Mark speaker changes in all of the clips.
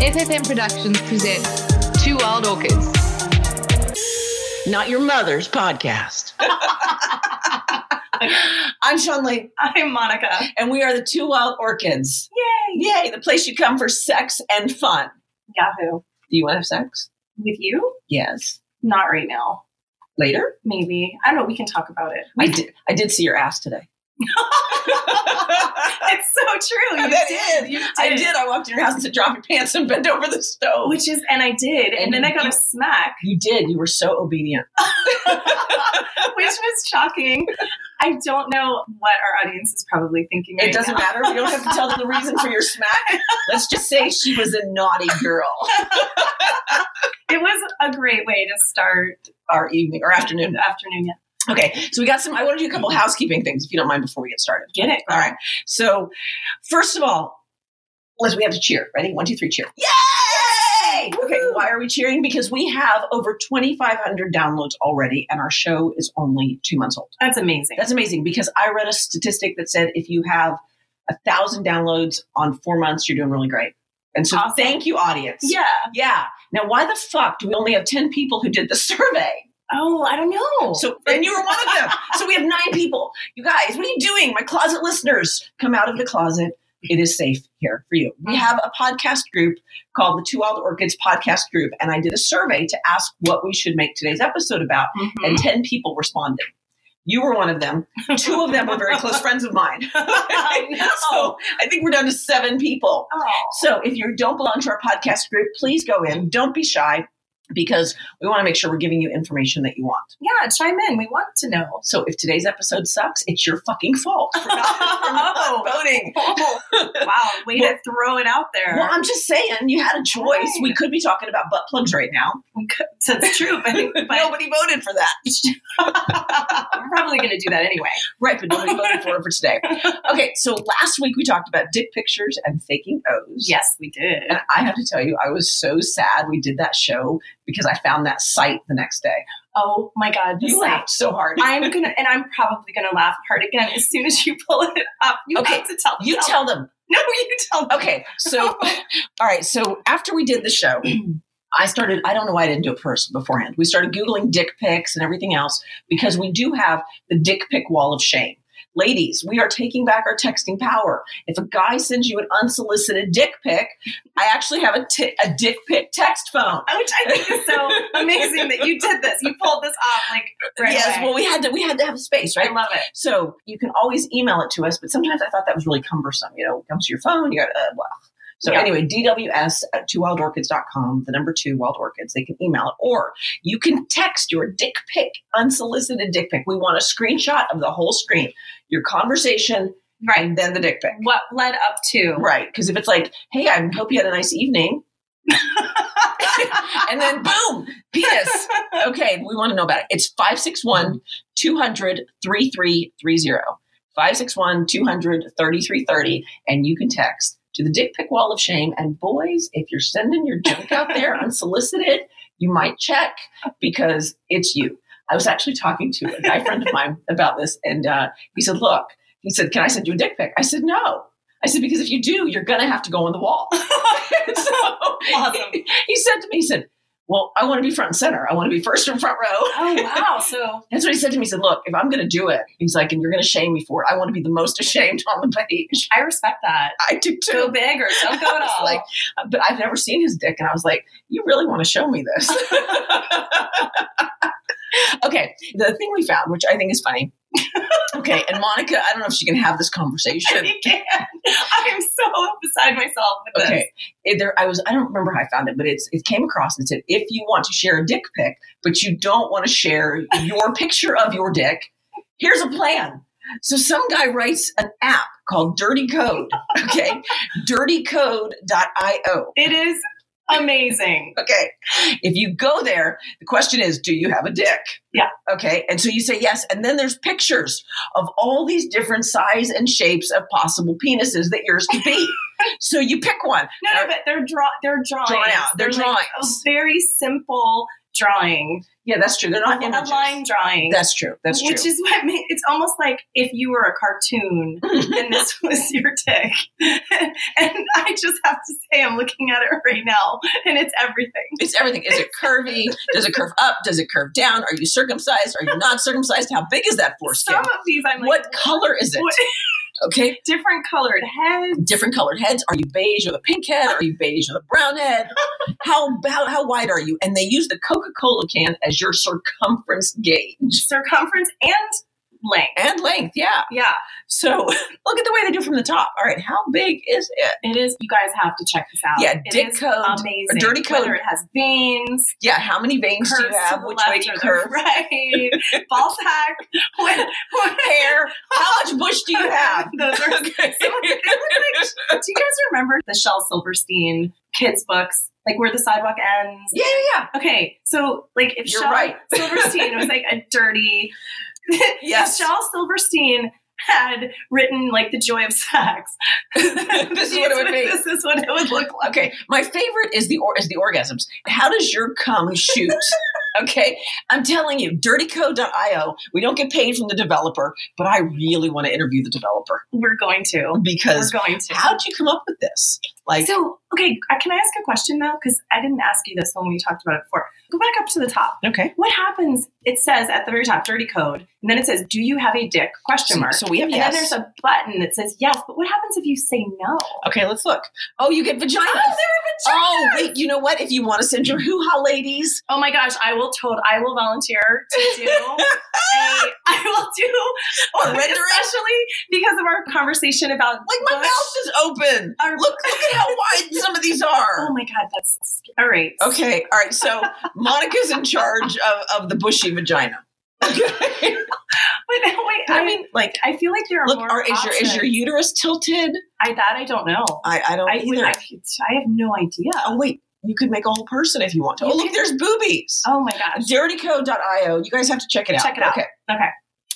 Speaker 1: FFM Productions presents Two Wild Orchids.
Speaker 2: Not your mother's podcast. I'm Sean Lee,
Speaker 3: I'm Monica.
Speaker 2: and we are the Two Wild Orchids.
Speaker 3: Yay!
Speaker 2: Yay, the place you come for sex and fun.
Speaker 3: Yahoo.
Speaker 2: Do you want to have sex?
Speaker 3: With you?
Speaker 2: Yes.
Speaker 3: Not right now.
Speaker 2: Later?
Speaker 3: Maybe. I don't know. We can talk about it.
Speaker 2: I did. I did see your ass today.
Speaker 3: it's so true. You
Speaker 2: That
Speaker 3: did.
Speaker 2: is.
Speaker 3: You did.
Speaker 2: I did. I walked in your house to drop your pants and bend over the stove.
Speaker 3: Which is, and I did. And,
Speaker 2: And
Speaker 3: then I got
Speaker 2: you-
Speaker 3: a smack,
Speaker 2: you did. You were so obedient.
Speaker 3: which was shocking. I don't know what our audience is probably thinking.
Speaker 2: It
Speaker 3: right
Speaker 2: doesn't
Speaker 3: now.
Speaker 2: matter. You don't have to tell them the reason for your smack. Let's just say she was a naughty girl.
Speaker 3: It was a great way to start
Speaker 2: Our evening or afternoon.
Speaker 3: the afternoon. Yeah.
Speaker 2: Okay, so we got some. I want to do a couple housekeeping things, if you don't mind, before we get started.
Speaker 3: Get it. girl.
Speaker 2: All right. So, first of all, let's we have to cheer. Ready? One, two, three, cheer. Yay! Okay.
Speaker 3: Woohoo!
Speaker 2: Why are we cheering? Because we have over 2,500 downloads already, and our show is only two months old.
Speaker 3: That's amazing.
Speaker 2: That's amazing because I read a statistic that said if you have a thousand downloads on four months, you're doing really great. And so,
Speaker 3: Awesome.
Speaker 2: thank you, audience.
Speaker 3: yeah.
Speaker 2: Yeah. Now, why the fuck do we only have 10 people who did the survey?
Speaker 3: Oh, I don't know.
Speaker 2: So, and you were one of them. So we have nine people. You guys, what are you doing? My closet listeners, come out of the closet. It is safe here for you. We have a podcast group called the Two Wild Orchids Podcast Group, and I did a survey to ask what we should make today's episode about,
Speaker 3: Mhm.
Speaker 2: and 10 people responded. You were one of them. Two of them were very close friends of mine. so I think we're down to seven people.
Speaker 3: Oh.
Speaker 2: So if you don't belong to our podcast group, please go in. Don't be shy because we want to make sure we're giving you information that you want.
Speaker 3: Yeah, chime in. We want to know.
Speaker 2: So if today's episode sucks, it's your fucking fault for not, for not voting.
Speaker 3: Oh, wow, way to throw it out there.
Speaker 2: Well, I'm just saying, you had a choice. We could be talking about butt plugs right now.
Speaker 3: We could- That's true, but, but
Speaker 2: nobody voted for that.
Speaker 3: I'm probably going to do that anyway.
Speaker 2: right, but nobody voted for it for today. Okay, so last week we talked about dick pictures and faking O's.
Speaker 3: Yes, we did.
Speaker 2: And I have to tell you, I was so sad we did that show because I found that site the next day.
Speaker 3: Oh my God, this
Speaker 2: You
Speaker 3: like,
Speaker 2: laughed so hard.
Speaker 3: I'm gonna, and I'm probably gonna laugh hard again as soon as you pull it up. You
Speaker 2: Okay,
Speaker 3: have to tell.
Speaker 2: You
Speaker 3: them.
Speaker 2: tell them.
Speaker 3: No, you tell. Them.
Speaker 2: Okay, so, all right, so after we did the show, I started, I don't know why I didn't do it first beforehand. We started Googling dick pics and everything else because we do have the dick pic wall of shame. Ladies, we are taking back our texting power. If a guy sends you an unsolicited dick pic, I actually have a, ti- a dick pic text phone.
Speaker 3: Which I think is so amazing that you did this. You pulled this off like right
Speaker 2: yes,
Speaker 3: away.
Speaker 2: well, we had to we had to have space, right?
Speaker 3: I love it.
Speaker 2: So you can always email it to us, but sometimes I thought that was really cumbersome. You know, it comes to your phone, you got, uh, well. So
Speaker 3: Yeah.
Speaker 2: anyway, DWS at twowildorchids.com, the number two, wild orchids, they can email it. Or you can text your dick pic, unsolicited dick pic. We want a screenshot of the whole screen, your conversation,
Speaker 3: Right.
Speaker 2: and then the dick pic.
Speaker 3: What led up to?
Speaker 2: Right. Because if it's like, hey, I hope you had a nice evening, and then boom, penis. Okay, we want to know about it. It's 561 200 3330. 561 200 3330. And you can text to the dick pic wall of shame. And boys, if you're sending your junk out there unsolicited, you might check because it's you. I was actually talking to a guy friend of mine about this, and uh, he said, Look, he said, Can I send you a dick pic? I said, No. I said, Because if you do, you're going to have to go on the wall. so
Speaker 3: Awesome.
Speaker 2: he, he said to me, He said, Well, I want to be front and center. I want to be first and front row.
Speaker 3: Oh wow. So
Speaker 2: That's what he said to me. He said, Look, if I'm going to do it, he's like, and you're going to shame me for it, I want to be the most ashamed on the page.
Speaker 3: I respect that.
Speaker 2: I do too.
Speaker 3: Go big or don't go
Speaker 2: I
Speaker 3: at
Speaker 2: was
Speaker 3: all.
Speaker 2: like, but I've never seen his dick. And I was like, you really want to show me this? okay. The thing we found, which I think is funny. okay. And Monica, I don't know if she can have this conversation.
Speaker 3: You can. I'm so beside myself with this.
Speaker 2: Okay. It- there, I was, I don't remember how I found it, but it's, it came across and said, if you want to share a dick pic, but you don't want to share your picture of your dick, here's a plan. So some guy writes an app called Dirty Code. Okay. dirtycode.io.
Speaker 3: It is amazing.
Speaker 2: Okay. If you go there, the question is, do you have a dick?
Speaker 3: Yeah.
Speaker 2: Okay. And so you say yes. And then there's pictures of all these different size and shapes of possible penises that yours could be. so you pick one.
Speaker 3: No, no, but they're draw they're drawings.
Speaker 2: Drawn out. They're
Speaker 3: like,
Speaker 2: drawings.
Speaker 3: a very simple drawing,
Speaker 2: Yeah, that's true. They're not
Speaker 3: a
Speaker 2: images.
Speaker 3: line drawing.
Speaker 2: That's true. That's true.
Speaker 3: which is what ma- it's almost like if you were a cartoon and this was your dick. and I just have to say, I'm looking at it right now, and it's everything.
Speaker 2: It's everything. Is it curvy? Does it curve up? Does it curve down? Are you circumcised? Are you not circumcised? How big is that foreskin?
Speaker 3: Some of these, I'm like,
Speaker 2: what color is it?
Speaker 3: what-
Speaker 2: Okay.
Speaker 3: different colored heads.
Speaker 2: Different colored heads. Are you beige with a pink head? Are you beige with a brown head? How about how wide are you? And they use the Coca-Cola can as your circumference gauge
Speaker 3: circumference and length.
Speaker 2: and length. Yeah.
Speaker 3: Yeah,
Speaker 2: So look at the way they do from the top. All right. How big is it?
Speaker 3: it is. You guys have to check this out.
Speaker 2: Yeah,
Speaker 3: It
Speaker 2: dick
Speaker 3: is
Speaker 2: code,
Speaker 3: amazing.
Speaker 2: or dirty code.
Speaker 3: Whether it has veins,
Speaker 2: Yeah. How many veins
Speaker 3: curves
Speaker 2: do you have?
Speaker 3: to the
Speaker 2: Which
Speaker 3: left
Speaker 2: way do
Speaker 3: or
Speaker 2: you
Speaker 3: the
Speaker 2: curve?
Speaker 3: right, ball sack, what, what
Speaker 2: Hair. How much bush do you have?
Speaker 3: Those are.
Speaker 2: Okay.
Speaker 3: Do you guys remember the Shel Silverstein kids books, like where the sidewalk ends?
Speaker 2: Yeah, yeah,
Speaker 3: Okay, so like if
Speaker 2: You're
Speaker 3: Shel
Speaker 2: right.
Speaker 3: Silverstein was like a dirty,
Speaker 2: yeah. Yes.
Speaker 3: if Shel Silverstein had written like the joy of sex,
Speaker 2: this is what it would be.
Speaker 3: This is what it would look like.
Speaker 2: Okay, my favorite is the or- is the orgasms. How does your cum shoot? okay, I'm telling you, dirtycode.io. We don't get paid from the developer, but I really want to interview the developer
Speaker 3: We're going to. We're
Speaker 2: because
Speaker 3: going to.
Speaker 2: how'd you come up with this? Like,
Speaker 3: so, okay, uh, can I ask a question though? Because I didn't ask you this when we talked about it before. Go back up to the top.
Speaker 2: okay,
Speaker 3: What happens? It says at the very top, dirty code, and then it says, "Do you have a dick?" Question
Speaker 2: so,
Speaker 3: mark.
Speaker 2: so we have
Speaker 3: And
Speaker 2: yes.
Speaker 3: then there's a button that says yes, but what happens if you say no?
Speaker 2: okay, let's look. Oh, you get vagina.
Speaker 3: Oh,
Speaker 2: Oh, wait, you know what? If you want to send your hoo ha ladies,
Speaker 3: Oh my gosh, I will told I will volunteer to do a I will do
Speaker 2: A rendering?
Speaker 3: especially because of our conversation about
Speaker 2: like my
Speaker 3: bush.
Speaker 2: mouth is open.
Speaker 3: Our-
Speaker 2: Look, look at how wide some of these are.
Speaker 3: Oh my god, that's scary. all right.
Speaker 2: Okay, all right. So Monica's in charge of, of the bushy vagina. Okay.
Speaker 3: Wait, wait.
Speaker 2: I mean, like,
Speaker 3: I feel like there are
Speaker 2: look,
Speaker 3: more.
Speaker 2: are, is your is your
Speaker 3: options.
Speaker 2: uterus tilted?
Speaker 3: I that I don't know.
Speaker 2: I, I don't
Speaker 3: I,
Speaker 2: either.
Speaker 3: I, I have no idea.
Speaker 2: oh wait, you could make a whole person if you want to. Oh
Speaker 3: You
Speaker 2: look,
Speaker 3: could-
Speaker 2: there's boobies.
Speaker 3: Oh my gosh.
Speaker 2: Dirtycode.io. You guys have to check it out.
Speaker 3: Check it out.
Speaker 2: Okay.
Speaker 3: Okay.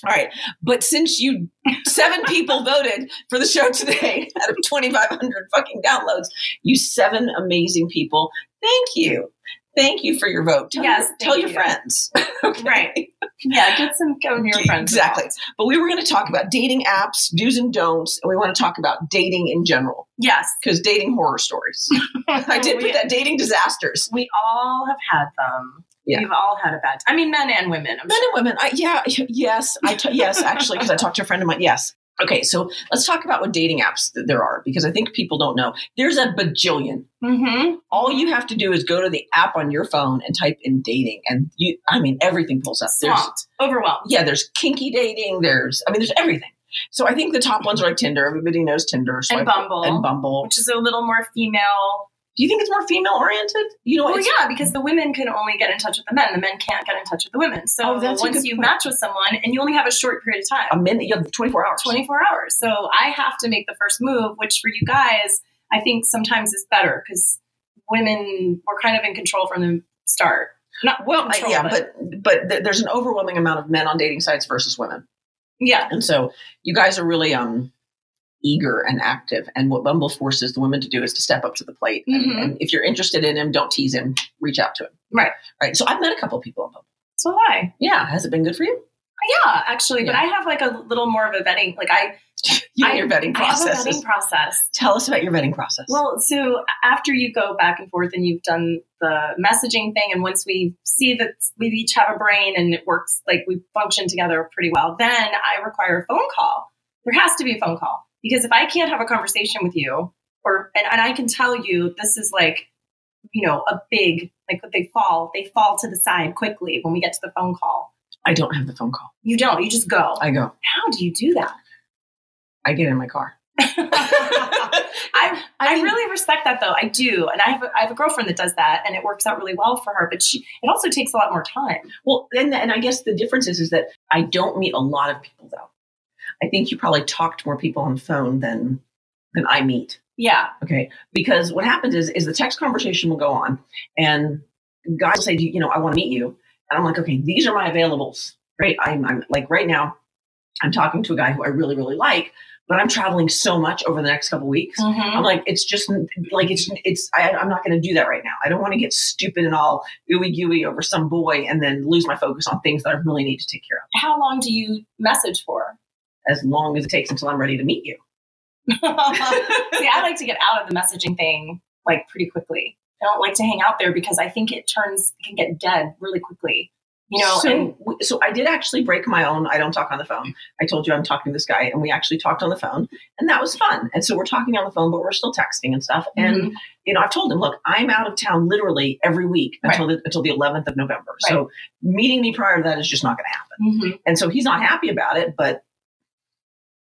Speaker 2: All right. But since you seven people voted for the show today out of 2,500 fucking downloads, you seven amazing people. Thank you. Thank you for your vote. Tell
Speaker 3: Yes,
Speaker 2: Your, tell
Speaker 3: thank
Speaker 2: your
Speaker 3: you.
Speaker 2: friends. Okay.
Speaker 3: Right. Yeah, get some go near
Speaker 2: Yeah,
Speaker 3: friends.
Speaker 2: Exactly. But we were going to talk about dating apps, do's and don'ts, and we want to talk about dating in general
Speaker 3: Yes.
Speaker 2: because dating horror stories. I did
Speaker 3: we,
Speaker 2: put that dating disasters.
Speaker 3: we all have had them.
Speaker 2: Yeah.
Speaker 3: We've all had a bad I mean men and women. I'm
Speaker 2: Men and women, I, yeah, yes, I t- yes, actually, because I talked to a friend of mine. Yes. Okay, so let's talk about what dating apps that there are because I think people don't know. There's a bajillion.
Speaker 3: sure. Mm-hmm.
Speaker 2: All you have to do is go to the app on your phone and type in dating, and you, I mean, everything pulls up. There's
Speaker 3: Swamped. Overwhelmed.
Speaker 2: yeah, there's kinky dating. There's, I mean, there's everything. So I think the top ones are like Tinder. Everybody knows Tinder, Swipe
Speaker 3: Bumble.
Speaker 2: and Bumble.
Speaker 3: Which is a little more female.
Speaker 2: Do you think it's more female oriented? You know,
Speaker 3: Well,
Speaker 2: it's-
Speaker 3: yeah, because the women can only get in touch with the men. The men can't get in touch with the women. So
Speaker 2: Oh, that's a
Speaker 3: once
Speaker 2: good
Speaker 3: you
Speaker 2: point.
Speaker 3: match with someone and you only have a short period of time.
Speaker 2: a minute. You have 24 hours.
Speaker 3: 24 hours. So I have to make the first move, which for you guys, I think sometimes is better because women were kind of in control from the start. Not
Speaker 2: Well, I-
Speaker 3: control,
Speaker 2: yeah, but but th- there's an overwhelming amount of men on dating sites versus women,
Speaker 3: yeah,
Speaker 2: and so you guys are really um eager and active. And what Bumble forces the women to do is to step up to the plate. And,
Speaker 3: Mhm.
Speaker 2: and if you're interested in him, don't tease him. Reach out to him.
Speaker 3: Right.
Speaker 2: Right. So I've met a couple of people on Bumble.
Speaker 3: so I
Speaker 2: Yeah. Has it been good for you?
Speaker 3: yeah actually, but
Speaker 2: Yeah.
Speaker 3: I have like a little more of a vetting. Like I,
Speaker 2: You and
Speaker 3: I-
Speaker 2: your vetting
Speaker 3: I have a
Speaker 2: process.
Speaker 3: vetting process.
Speaker 2: Tell us about your vetting process.
Speaker 3: Well, so after you go back and forth and you've done the messaging thing, and once we see that we each have a brain and it works, like we function together pretty well, then I require a phone call. There has to be a phone call because if I can't have a conversation with you, or and, and I can tell you this is like, you know, a big like what they fall, they fall to the side quickly when we get to the phone call.
Speaker 2: I don't have the phone call.
Speaker 3: You don't. You just go.
Speaker 2: I go.
Speaker 3: How do you do that?
Speaker 2: I get in my car.
Speaker 3: I I
Speaker 2: mean-
Speaker 3: really respect that though. I do, and I have a, I have a girlfriend that does that, and it works out really well for her. But she it also takes a lot more time.
Speaker 2: Well, and and I guess the difference is is that I don't meet a lot of people though. I think you probably talk to more people on the phone than than I meet.
Speaker 3: Yeah,
Speaker 2: Okay, because what happens is is the text conversation will go on, and guys will say, "Do you you know, I want to meet you, and I'm like, okay, these are my availables, right? I'm I'm like right now, I'm talking to a guy who I really really like, But I'm traveling so much over the next couple weeks. I'm like, it's just like it's it's. I, I'm not going to do that right now. I don't want to get stupid and all ooey gooey over some boy and then lose my focus on things that I really need to take care of.
Speaker 3: How long do you message for?
Speaker 2: As long as it takes until I'm ready to meet you.
Speaker 3: See, I like to get out of the messaging thing like pretty quickly. I don't like to hang out there because I think it turns it can get dead really quickly. You know,
Speaker 2: so,
Speaker 3: and
Speaker 2: w- so I did actually break my own. I don't talk on the phone. I told you I'm talking to this guy, and we actually talked on the phone, and that was fun. And so we're talking on the phone, but we're still texting and stuff. And
Speaker 3: Mm-hmm.
Speaker 2: you know, I've told him, look, I'm out of town literally every week until the, until the 11th of November. So meeting me prior to that is just not going to happen.
Speaker 3: Mhm.
Speaker 2: And so he's not happy about it, but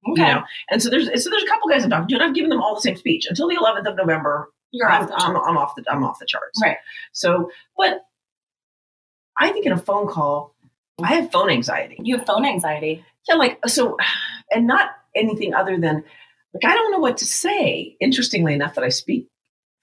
Speaker 3: okay,
Speaker 2: you know. And so there's so there's a couple guys I'm talking to, and I've given them all the same speech until the 11th of November.
Speaker 3: you're
Speaker 2: I'm,
Speaker 3: off the
Speaker 2: I'm, I'm off the I'm off the charts.
Speaker 3: Right.
Speaker 2: So, but I think in a phone call, I have phone anxiety.
Speaker 3: You have phone anxiety.
Speaker 2: Yeah, like so, and not anything other than like I don't know what to say. Interestingly enough, that I speak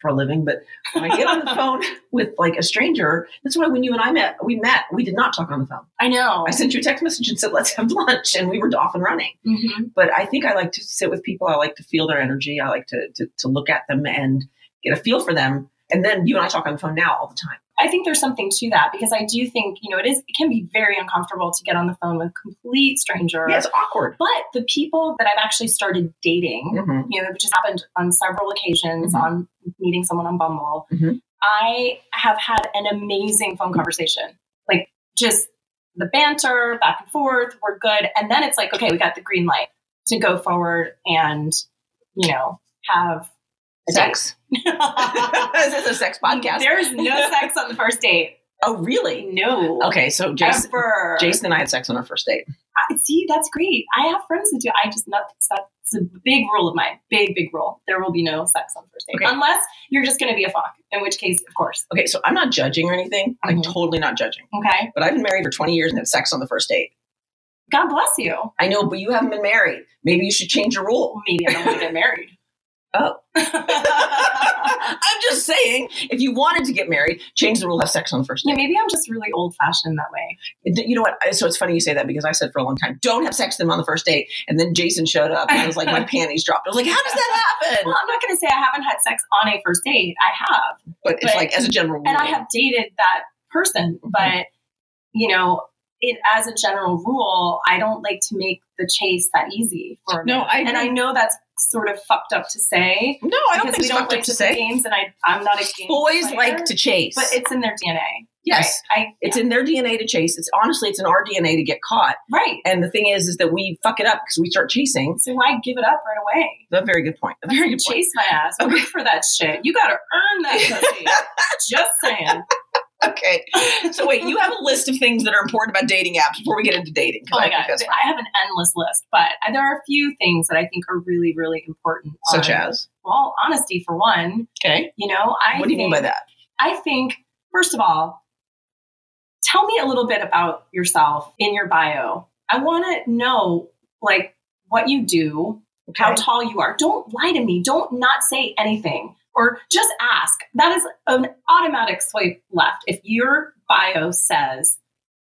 Speaker 2: for a living, but when I get on the phone with like a stranger, that's why when you and I met, we met, we did not talk on the phone.
Speaker 3: I know.
Speaker 2: I sent you a text message and said, "Let's have lunch," and we were off and running
Speaker 3: hmm
Speaker 2: but I think I like to sit with people. I like to feel their energy. I like to, to, to look at them and get a feel for them. And then you and I talk on the phone now all the time.
Speaker 3: I think there's something to that because I do think you know it is it can be very uncomfortable to get on the phone with a complete stranger.
Speaker 2: Yeah, it's awkward.
Speaker 3: But the people that I've actually started dating,
Speaker 2: Mhm.
Speaker 3: you know, which has happened on several occasions
Speaker 2: Mhm.
Speaker 3: on meeting someone on Bumble,
Speaker 2: Mhm.
Speaker 3: I have had an amazing phone conversation. Like just the banter back and forth, we're good. And then it's like, okay, we got the green light to go forward and, you know, have a
Speaker 2: Sex.
Speaker 3: date.
Speaker 2: this is a sex podcast.
Speaker 3: there is no sex on the first date.
Speaker 2: Oh, really?
Speaker 3: No.
Speaker 2: Okay, so Jason,
Speaker 3: Ever.
Speaker 2: Jason and I had sex on our first date.
Speaker 3: I- see, that's great. I have friends that do. I just not that's a big rule of mine. Big, big rule. There will be no sex on Thursday
Speaker 2: Okay.
Speaker 3: unless you're just going to be a fuck. In which case, of course.
Speaker 2: Okay, so I'm not judging or anything. I'm
Speaker 3: Mhm.
Speaker 2: totally not judging.
Speaker 3: Okay.
Speaker 2: But I've been married for 20 years and had sex on the first date.
Speaker 3: God bless you.
Speaker 2: I know, but you haven't been married. Maybe you should change your rule.
Speaker 3: Well, maybe I don't want to get married.
Speaker 2: Oh.
Speaker 3: yeah,
Speaker 2: I'm just saying, if you wanted to get married, change the rule, have sex on the first date.
Speaker 3: maybe I'm just really old fashioned that way.
Speaker 2: You know what? I- So it's funny you say that because I said for a long time, don't have sex with them on the first date. And then Jason showed up and I was like, my panties dropped. I was like, how does that happen?
Speaker 3: Well, I'm not going to say I haven't had sex on a first date. I have,
Speaker 2: But it's
Speaker 3: But-
Speaker 2: like, as a general rule.
Speaker 3: and I have dated that person,
Speaker 2: Mm-hmm.
Speaker 3: but you know. It, as a general rule, I don't like to make the chase that easy for a
Speaker 2: No, I
Speaker 3: and I know that's sort of fucked up to say.
Speaker 2: no, I don't
Speaker 3: because
Speaker 2: think it's
Speaker 3: we don't
Speaker 2: fucked
Speaker 3: like
Speaker 2: up to
Speaker 3: play
Speaker 2: say.
Speaker 3: games, and I I'm not a game
Speaker 2: Boys
Speaker 3: player,
Speaker 2: like to chase.
Speaker 3: but it's in their DNA.
Speaker 2: yes.
Speaker 3: right? I
Speaker 2: It's in their DNA to chase. It's honestly, it's in our DNA to get caught.
Speaker 3: right.
Speaker 2: And the thing is, is that we fuck it up because we start chasing.
Speaker 3: So why give it up right away?
Speaker 2: A very good point. A very good point.
Speaker 3: Chase my ass.
Speaker 2: Okay.
Speaker 3: Work for that shit. You gotta earn that pussy. Just saying.
Speaker 2: Okay. So wait, you have a list of things that are important about dating apps before we get into dating. 'cause
Speaker 3: Oh my
Speaker 2: I think
Speaker 3: god,
Speaker 2: that's fun.
Speaker 3: I have an endless list, but there are a few things that I think are really, really important.
Speaker 2: Such
Speaker 3: on-
Speaker 2: as?
Speaker 3: well, honesty for one.
Speaker 2: Okay.
Speaker 3: You know, I
Speaker 2: what do you mean
Speaker 3: think-
Speaker 2: by that?
Speaker 3: I think, first of all, tell me a little bit about yourself in your bio. I want to know, like, what you do, how
Speaker 2: Okay.
Speaker 3: tall you are. Don't lie to me. Don't not say anything or just ask. That is an automatic swipe left. If your bio says,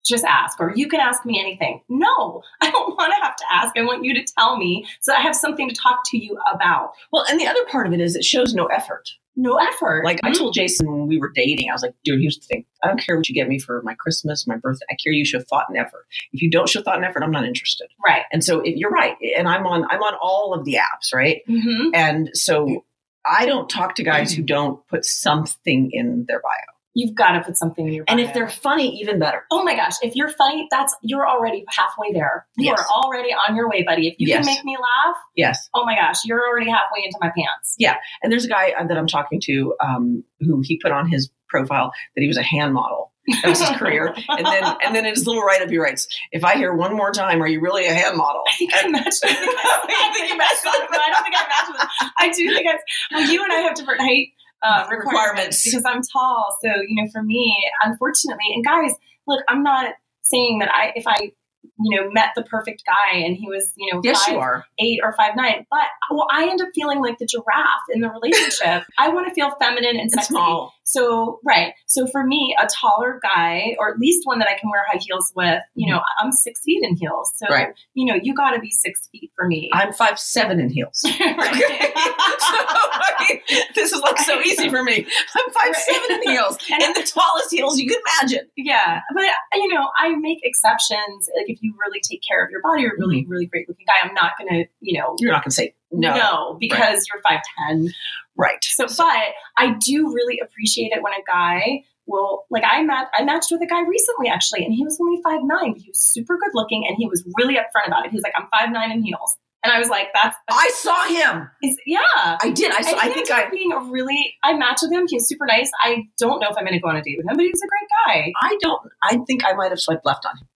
Speaker 3: just ask, or you can ask me anything. No, I don't want to have to ask. I want you to tell me so I have something to talk to you about.
Speaker 2: Well, and the other part of it is it shows no effort.
Speaker 3: No effort.
Speaker 2: Like I told Jason when we were dating, I was like, dude, here's the thing. I don't care what you get me for my Christmas, my birthday. I care you show thought and effort. If you don't show thought and effort, I'm not interested.
Speaker 3: right.
Speaker 2: And so if, you're right. And I'm on I'm on all of the apps, right?
Speaker 3: Mm-hmm.
Speaker 2: And so I don't talk to guys who don't put something in their bio.
Speaker 3: You've got to put something in your bio.
Speaker 2: And if they're funny, even better.
Speaker 3: Oh my gosh, if you're funny, that's you're already halfway there. You
Speaker 2: Yes.
Speaker 3: are already on your way, buddy. If you
Speaker 2: Yes.
Speaker 3: can make me laugh,
Speaker 2: Yes.
Speaker 3: oh my gosh, you're already halfway into my pants.
Speaker 2: And there's a guy uh, that I'm talking to um, who he put on his profile that he was a hand model. That was his career. And then and then in his little write up he writes, if I hear one more time, are you really a hand model?
Speaker 3: I think I matched with him. I think you matched with him. I don't think I matched with him. I do think I. Well, you and I have different height uh, requirements,
Speaker 2: Requirements.
Speaker 3: because I'm tall. So you know, for me, unfortunately, and guys, look, I'm not saying that I if I you know, met the perfect guy and he was, you know,
Speaker 2: Yes,
Speaker 3: five,
Speaker 2: you are.
Speaker 3: eight or five nine. But well, I end up feeling like the giraffe in the relationship. I want to feel feminine and
Speaker 2: And
Speaker 3: sexy.
Speaker 2: small.
Speaker 3: So right. So for me, a taller guy, or at least one that I can wear high heels with. You know, I'm six feet in heels. So
Speaker 2: Mm-hmm. Right.
Speaker 3: you know, you got to be six feet for me.
Speaker 2: I'm five seven in heels. Okay. so, I mean, this is like so easy for me. I'm five seven in heels, and in the tallest heels you can imagine.
Speaker 3: Yeah, but you know, I make exceptions. Like if you really take care of your body, you're a really, really great looking guy. I'm not gonna, you know,
Speaker 2: You're not going to say Mm-hmm. no.
Speaker 3: no because you're five ten.
Speaker 2: Right.
Speaker 3: So, but I do really appreciate it when a guy will like I met I matched with a guy recently actually, and he was only five nine, but he was super good looking, and he was really upfront about it. He was like, "I'm five nine in heels," and I was like, "That's
Speaker 2: I saw him.
Speaker 3: is, yeah."
Speaker 2: I did. I, saw, I
Speaker 3: he
Speaker 2: think
Speaker 3: ended
Speaker 2: I.
Speaker 3: up being a really. I matched with him. He was super nice. I don't know if I'm going to go on a date with him, but he's a great guy.
Speaker 2: I don't. I think I might have swiped left on him.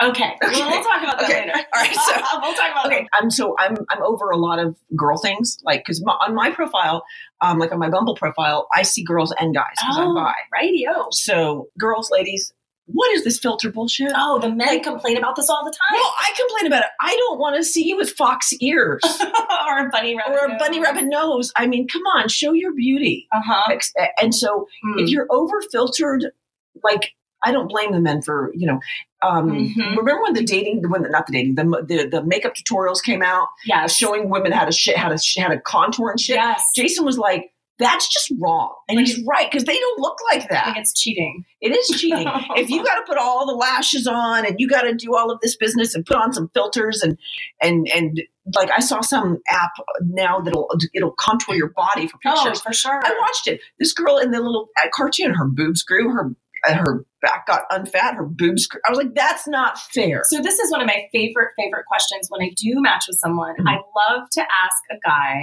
Speaker 3: Okay.
Speaker 2: Okay.
Speaker 3: Well, we'll talk about that
Speaker 2: Okay.
Speaker 3: later.
Speaker 2: All right, so-
Speaker 3: we'll talk about
Speaker 2: Okay. I'm so I'm I'm over a lot of girl things. Like because on my profile, um, like on my Bumble profile, I see girls and guys because I'm
Speaker 3: Oh.
Speaker 2: bi.
Speaker 3: that. Radio.
Speaker 2: So girls, ladies, what is this filter bullshit?
Speaker 3: Oh, the men complain about this all the time.
Speaker 2: Well, I complain about it. I don't want to see you with fox ears
Speaker 3: or a bunny rabbit.
Speaker 2: or a
Speaker 3: nose.
Speaker 2: bunny rabbit nose. I mean, come on, show your beauty.
Speaker 3: Uh-huh.
Speaker 2: Ex- And so if
Speaker 3: Mm.
Speaker 2: you're over filtered, like I don't blame the men for you know. Um,
Speaker 3: Mhm.
Speaker 2: Remember when the dating, the one not the dating, the, the the makeup tutorials came out
Speaker 3: Yes.
Speaker 2: showing women how to shit, how to sh- how to contour and shit.
Speaker 3: Yes.
Speaker 2: Jason was like, "That's just wrong," and he's right because they don't look like
Speaker 3: I think
Speaker 2: that.
Speaker 3: it's cheating.
Speaker 2: It is cheating. if you got to put all the lashes on and you got to do all of this business and put on some filters and and and like I saw some app now that'll it'll contour your body for
Speaker 3: oh,
Speaker 2: pictures.
Speaker 3: for sure.
Speaker 2: I watched it. This girl in the little uh, cartoon, her boobs grew, her uh, her back got unfat, her boobs. Grew. I was like, that's not fair.
Speaker 3: So this is one of my favorite favorite questions when I do match with someone.
Speaker 2: Mhm.
Speaker 3: I love to ask a guy,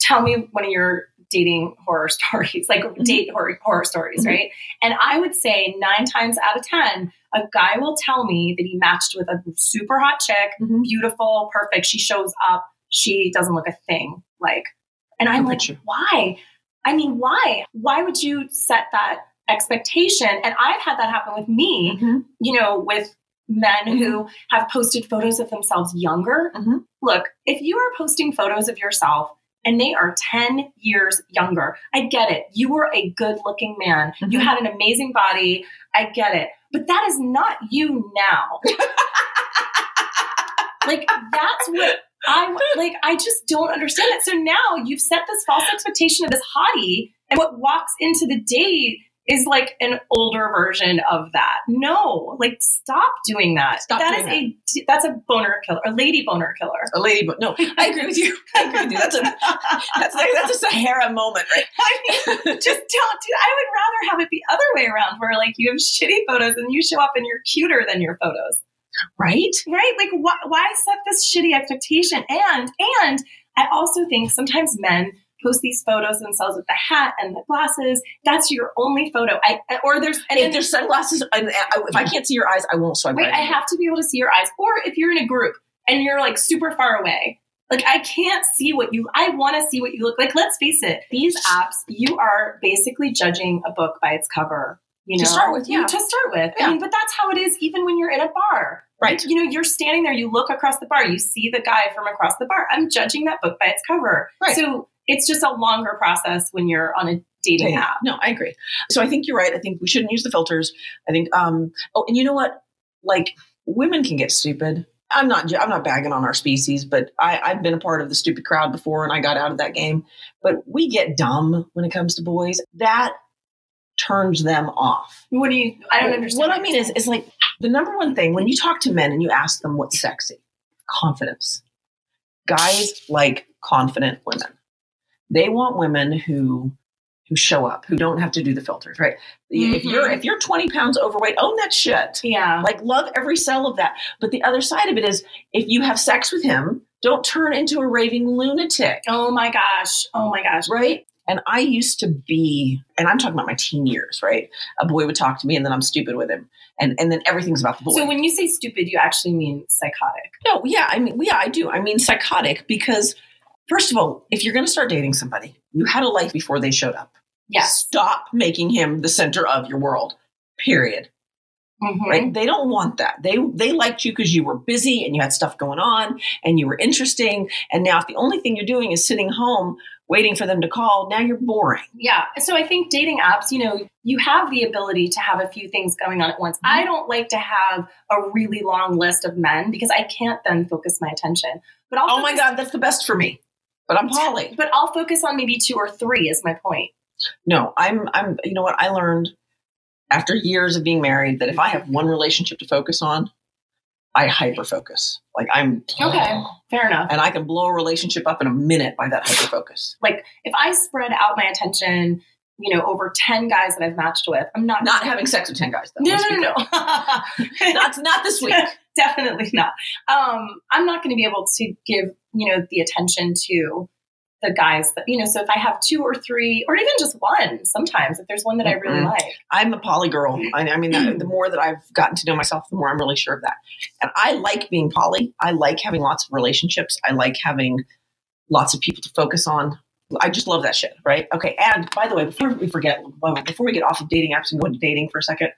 Speaker 3: tell me one of your dating horror stories, like
Speaker 2: Mm-hmm.
Speaker 3: date horror, horror stories,
Speaker 2: Mhm.
Speaker 3: right? And I would say 9 times out of 10, a guy will tell me that he matched with a super hot chick
Speaker 2: Mhm.
Speaker 3: beautiful, perfect. She shows up. She doesn't look a thing like. And I'm like,
Speaker 2: Picture.
Speaker 3: why? I mean, why? Why would you set that expectation? And I've had that happen with me,
Speaker 2: Mhm.
Speaker 3: you know, with men who have posted photos of themselves younger.
Speaker 2: Mhm.
Speaker 3: Look, if you are posting photos of yourself and they are 10 years younger, I get it. You were a good looking man, you
Speaker 2: Mhm.
Speaker 3: had an amazing body. I get it. But that is not you now. like that's what I like. I just don't understand it. So now you've set this false expectation of this hottie, and what walks into the date is like an older version of that. No, like stop doing that.
Speaker 2: Stop
Speaker 3: That
Speaker 2: doing
Speaker 3: is a that's a boner killer, a lady boner killer.
Speaker 2: A lady, but no, I agree with you. I agree with you. That's a that's like that's a Sahara moment, right?
Speaker 3: I mean, just don't do. I would rather have it the other way around, where like you have shitty photos and you show up and you're cuter than your photos.
Speaker 2: Right?
Speaker 3: right like why, why set this shitty expectation and and i also think sometimes men post these photos themselves with the hat and the glasses that's your only photo i or there's and
Speaker 2: if
Speaker 3: then
Speaker 2: there's sunglasses, and I, if I can't see your eyes, I won't swipe.
Speaker 3: wait
Speaker 2: right
Speaker 3: i
Speaker 2: on you.
Speaker 3: have to be able to see your eyes or if you're in a group and you're like super far away like i can't see what you i want to see what you look like let's face it these apps you are basically judging a book by its cover you know
Speaker 2: To start with, yeah.
Speaker 3: to start with
Speaker 2: Yeah.
Speaker 3: i mean but that's how it is even when you're in a bar
Speaker 2: Right.
Speaker 3: you know, you're standing there, you look across the bar, you see the guy from across the bar. I'm judging that book by its cover.
Speaker 2: Right.
Speaker 3: So it's just a longer process when you're on a dating
Speaker 2: Yeah.
Speaker 3: app.
Speaker 2: No, I agree. So I think you're right. I think we shouldn't use the filters. I think. Um. Oh, and you know what? Like women can get stupid. I'm not. I'm not bagging on our species, but I, I've been a part of the stupid crowd before, and I got out of that game. But we get dumb when it comes to boys. That turns them off.
Speaker 3: What do you, I don't
Speaker 2: What
Speaker 3: understand.
Speaker 2: I mean is, is like the number one thing when you talk to men and you ask them what's sexy, confidence. Guys like confident women. They want women who who show up, who don't have to do the filters, right? If
Speaker 3: Mm-hmm.
Speaker 2: you're if you're 20 pounds overweight, own that shit.
Speaker 3: yeah.
Speaker 2: Like love every cell of that. But the other side of it is if you have sex with him, don't turn into a raving lunatic,
Speaker 3: Oh my gosh. Oh my gosh.
Speaker 2: right? And I used to be, and I'm talking about my teen years, right? A boy would talk to me and then I'm stupid with him. And and then everything's about the boy.
Speaker 3: So when you say stupid, you actually mean psychotic.
Speaker 2: No, yeah, I mean, yeah, I do. I mean, psychotic because, first of all, if you're going to start dating somebody, you had a life before they showed up.
Speaker 3: Yes.
Speaker 2: Stop making him the center of your world, period.
Speaker 3: Mhm.
Speaker 2: right? They don't want that. They they liked you because you were busy and you had stuff going on and you were interesting. And now if the only thing you're doing is sitting home waiting for them to call, now you're boring.
Speaker 3: Yeah. So I think dating apps, you know, you have the ability to have a few things going on at once. I don't like to have a really long list of men because I can't then focus my attention. But I'll
Speaker 2: Oh my
Speaker 3: focus,
Speaker 2: God, that's the best for me. But I'm Polly.
Speaker 3: But I'll focus on maybe two or three is my point.
Speaker 2: No, I'm I'm you know what I learned after years of being married that if I have one relationship to focus on, I hyper focus. Like I'm
Speaker 3: Okay. Fair enough.
Speaker 2: And I can blow a relationship up in a minute by that hyper focus.
Speaker 3: If I spread out my attention, you know, over 10 guys that I've matched with, I'm not
Speaker 2: Not having sex with ten guys though.
Speaker 3: No,
Speaker 2: let's be
Speaker 3: no, no,
Speaker 2: clear.
Speaker 3: no.
Speaker 2: Not not this week.
Speaker 3: Definitely not. Um, I'm not going to be able to give, you know, the attention to the guys that, you know, so if I have two or three or even just one sometimes, if there's one that I really
Speaker 2: Mhm.
Speaker 3: like.
Speaker 2: I'm a poly girl. I, I mean, the, the more that I've gotten to know myself, the more I'm really sure of that. And I like being poly. I like having lots of relationships. I like having lots of people to focus on. I just love that shit, right? Okay. And by the way, before we forget, well, before we get off of dating apps and go into dating for a second,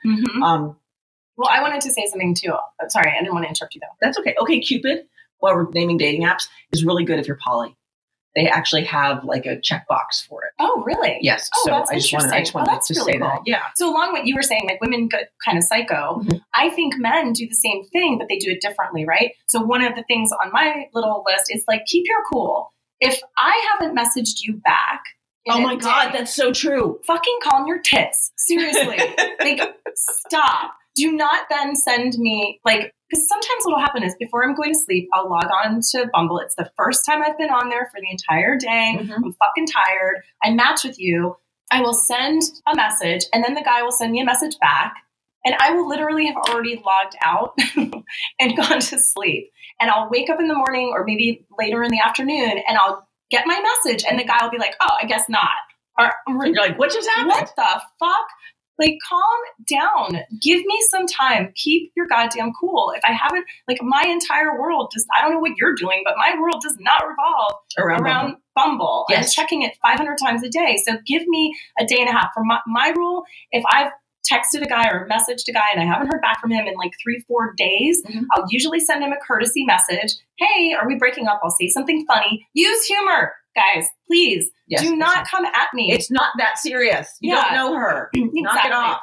Speaker 2: um,
Speaker 3: Well, I wanted to say something too. Uh, Sorry, I didn't want to interrupt you though.
Speaker 2: that's okay. Okay, Cupid, while we're naming dating apps, is really good if you're poly. They actually have like a checkbox for it.
Speaker 3: Oh, really?
Speaker 2: Yes.
Speaker 3: Oh,
Speaker 2: so
Speaker 3: that's
Speaker 2: I just wanted, I just
Speaker 3: interesting. Oh,
Speaker 2: wanted
Speaker 3: that's
Speaker 2: to
Speaker 3: really
Speaker 2: say that.
Speaker 3: cool.
Speaker 2: Yeah.
Speaker 3: So along what you were saying, like women get kind of psycho,
Speaker 2: Mhm.
Speaker 3: I think men do the same thing, but they do it differently, right? So one of the things on my little list is like keep your cool. If I haven't messaged you back, in
Speaker 2: Oh
Speaker 3: a
Speaker 2: my God,
Speaker 3: day,
Speaker 2: that's so true.
Speaker 3: fucking calm your tits. Seriously. like, stop. Do not then send me, like, because sometimes what'll happen is before I'm going to sleep, I'll log on to Bumble. It's the first time I've been on there for the entire day.
Speaker 2: Mhm.
Speaker 3: I'm fucking tired. I match with you. I will send a message, and then the guy will send me a message back. And I will literally have already logged out and gone to sleep. And I'll wake up in the morning or maybe later in the afternoon and I'll get my message, and the guy will be like, oh, I guess not. Or,
Speaker 2: And you're like, what just happened?
Speaker 3: what the fuck? Like, calm down. Give me some time. Keep your goddamn cool. If I haven't, like, my entire world does, I don't know what you're doing, but my world does not revolve
Speaker 2: around,
Speaker 3: around Bumble. and
Speaker 2: Yes.
Speaker 3: checking it 500 times a day. So give me a day and a half. For my, my rule, if I've texted a guy or messaged a guy and I haven't heard back from him in like three, four days,
Speaker 2: Mhm.
Speaker 3: I'll usually send him a courtesy message. Hey, are we breaking up? I'll say something funny. Use humor, guys, please.
Speaker 2: Yes,
Speaker 3: Do
Speaker 2: it's-
Speaker 3: not come at me.
Speaker 2: It's not that serious. You
Speaker 3: Yeah.
Speaker 2: don't know her. Knock it
Speaker 3: Exactly.
Speaker 2: off.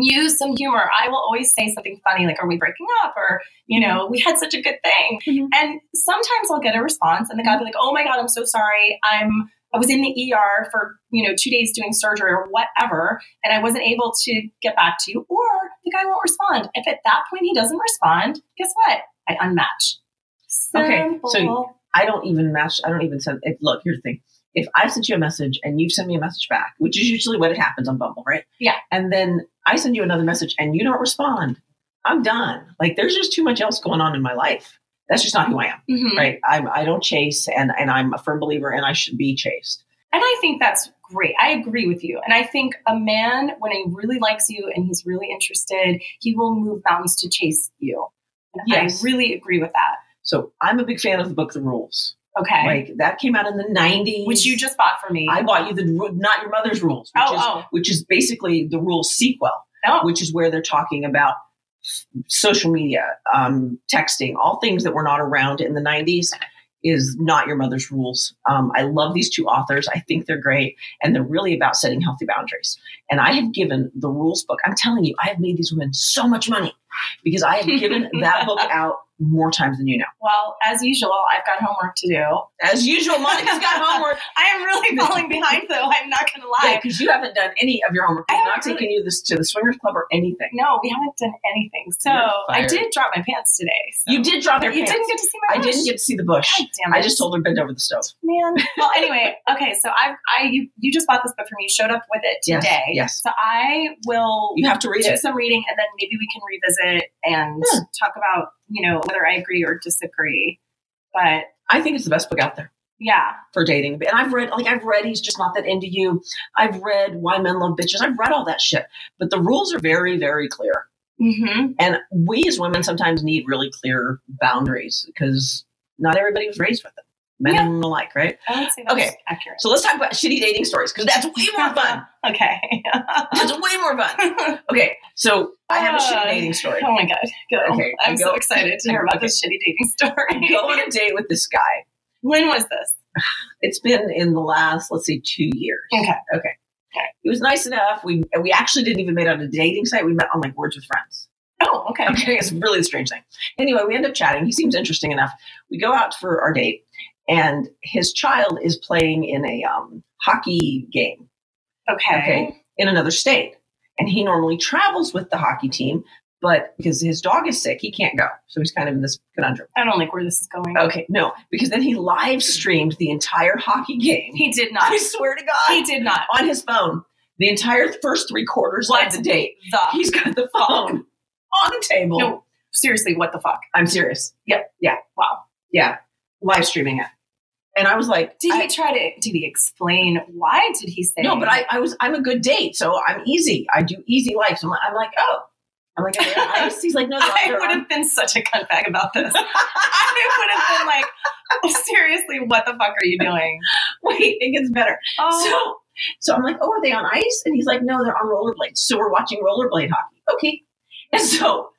Speaker 3: use some humor. I will always say something funny, like, Are we breaking up? Or, you know, we had such a good thing.
Speaker 2: Mhm.
Speaker 3: And sometimes I'll get a response, and the guy will be like, Oh my God, I'm so sorry. I'm. I was in the ER for, you know, two days doing surgery or whatever, and I wasn't able to get back to you, or the guy won't respond. If at that point he doesn't respond, guess what? I unmatch.
Speaker 2: Okay,
Speaker 3: Simple.
Speaker 2: so- I don't even match. I don't even send. If, look, here's the thing. If I've sent you a message and you've sent me a message back, which is usually what it happens on Bumble, right?
Speaker 3: Yeah.
Speaker 2: And then I send you another message and you don't respond, I'm done. Like there's just too much else going on in my life. That's just not who I am,
Speaker 3: Mhm.
Speaker 2: right? I'm, I don't chase, and and I'm a firm believer, and I should be chased.
Speaker 3: And I think that's great. I agree with you. And I think a man, when he really likes you and he's really interested, he will move mountains to chase you. And
Speaker 2: Yes.
Speaker 3: I really agree with that.
Speaker 2: So I'm a big fan of the book The Rules.
Speaker 3: Okay.
Speaker 2: Like that came out in the '90s.
Speaker 3: Which you just bought for me.
Speaker 2: I bought you the Ru- not your mother's rules, which
Speaker 3: oh,
Speaker 2: is
Speaker 3: oh,
Speaker 2: which is basically the rule sequel,
Speaker 3: Oh.
Speaker 2: which is where they're talking about social media, um, texting, all things that were not around in the 90s is not your mother's rules. Um, I love these two authors. I think they're great. And they're really about setting healthy boundaries. And I have given the rules book, I'm telling you, I have made these women so much money because I have given that book out more times than you know.
Speaker 3: Well, as usual, I've got homework to do.
Speaker 2: As usual, Monica's got homework.
Speaker 3: I am really falling behind, though. I'm not going to
Speaker 2: Yeah,
Speaker 3: lie.
Speaker 2: because you haven't done any of your homework.
Speaker 3: I
Speaker 2: I've not
Speaker 3: haven't really.
Speaker 2: taken you this to the swingers club or anything.
Speaker 3: No, we haven't done anything. So
Speaker 2: You're
Speaker 3: I
Speaker 2: fired.
Speaker 3: did drop my pants today. So.
Speaker 2: You did drop
Speaker 3: But
Speaker 2: your
Speaker 3: you
Speaker 2: pants.
Speaker 3: didn't get to see my
Speaker 2: I
Speaker 3: bush.
Speaker 2: didn't get to see the bush.
Speaker 3: God damn it.
Speaker 2: I just told her bend over the stove.
Speaker 3: man. Well, anyway, okay. So I, I, you, you just bought this book for me. You showed up with it
Speaker 2: Yes,
Speaker 3: today.
Speaker 2: yes.
Speaker 3: So I will
Speaker 2: You have to read
Speaker 3: do
Speaker 2: it.
Speaker 3: some reading, and then maybe we can revisit and
Speaker 2: Yeah.
Speaker 3: talk about you know whether I agree or disagree. But
Speaker 2: I think it's the best book out there
Speaker 3: yeah,
Speaker 2: for dating. And I've read like I've read He's Just Not That Into You. I've read Why Men Love Bitches. I've read all that shit. But the rules are very, very clear.
Speaker 3: mm-hmm.
Speaker 2: And we as women sometimes need really clear boundaries because not everybody was raised with them. men
Speaker 3: Yeah.
Speaker 2: alike, right?
Speaker 3: I would say that's
Speaker 2: Okay.
Speaker 3: accurate.
Speaker 2: So let's talk about shitty dating stories because that's way more fun.
Speaker 3: Okay.
Speaker 2: That's way more fun. Okay, so I have a shitty
Speaker 3: Uh,
Speaker 2: dating story.
Speaker 3: Oh my god. Go.
Speaker 2: Okay,
Speaker 3: I'm
Speaker 2: go.
Speaker 3: so excited to hear about this shitty dating
Speaker 2: I
Speaker 3: story.
Speaker 2: go on a date with this guy.
Speaker 3: when was this?
Speaker 2: It's been in the last, let's say, two years.
Speaker 3: Okay.
Speaker 2: Okay. He was nice enough. We and we actually didn't even meet on a dating site. We met on like Words with Friends.
Speaker 3: Oh, okay.
Speaker 2: Okay, it's really a strange thing. Anyway, we end up chatting. He seems interesting enough. We go out for our date, and his child is playing in a um, hockey game
Speaker 3: Okay.
Speaker 2: Okay. in another state. And he normally travels with the hockey team, but because his dog is sick, he can't go. So he's kind of in this conundrum.
Speaker 3: I don't like where this is going.
Speaker 2: Okay, no, because then he live streamed the entire hockey game.
Speaker 3: He did not.
Speaker 2: I swear to
Speaker 3: He
Speaker 2: God,
Speaker 3: did not.
Speaker 2: on his phone, the entire first three quarters
Speaker 3: What?
Speaker 2: of the date.
Speaker 3: The
Speaker 2: He's got the phone on the table.
Speaker 3: No. seriously, what the fuck?
Speaker 2: I'm serious. Yeah, yeah, wow, yeah. Live streaming it, and I was like,
Speaker 3: Did
Speaker 2: I-
Speaker 3: he try to? Did he explain why? Did he say
Speaker 2: No, but I, I was. I'm a good date, so I'm easy. I do easy life. So I'm, I'm like, oh, I'm like, are there ice? He's like, no, they're-
Speaker 3: I
Speaker 2: they're
Speaker 3: would
Speaker 2: on-
Speaker 3: have been such a cuntbag about this. I would have been like, seriously, what the fuck are you doing?
Speaker 2: Wait, it gets better.
Speaker 3: Oh,
Speaker 2: So, so I'm like, oh, are they on ice? And he's like, no, they're on rollerblades. So we're watching rollerblade hockey. Okay, and so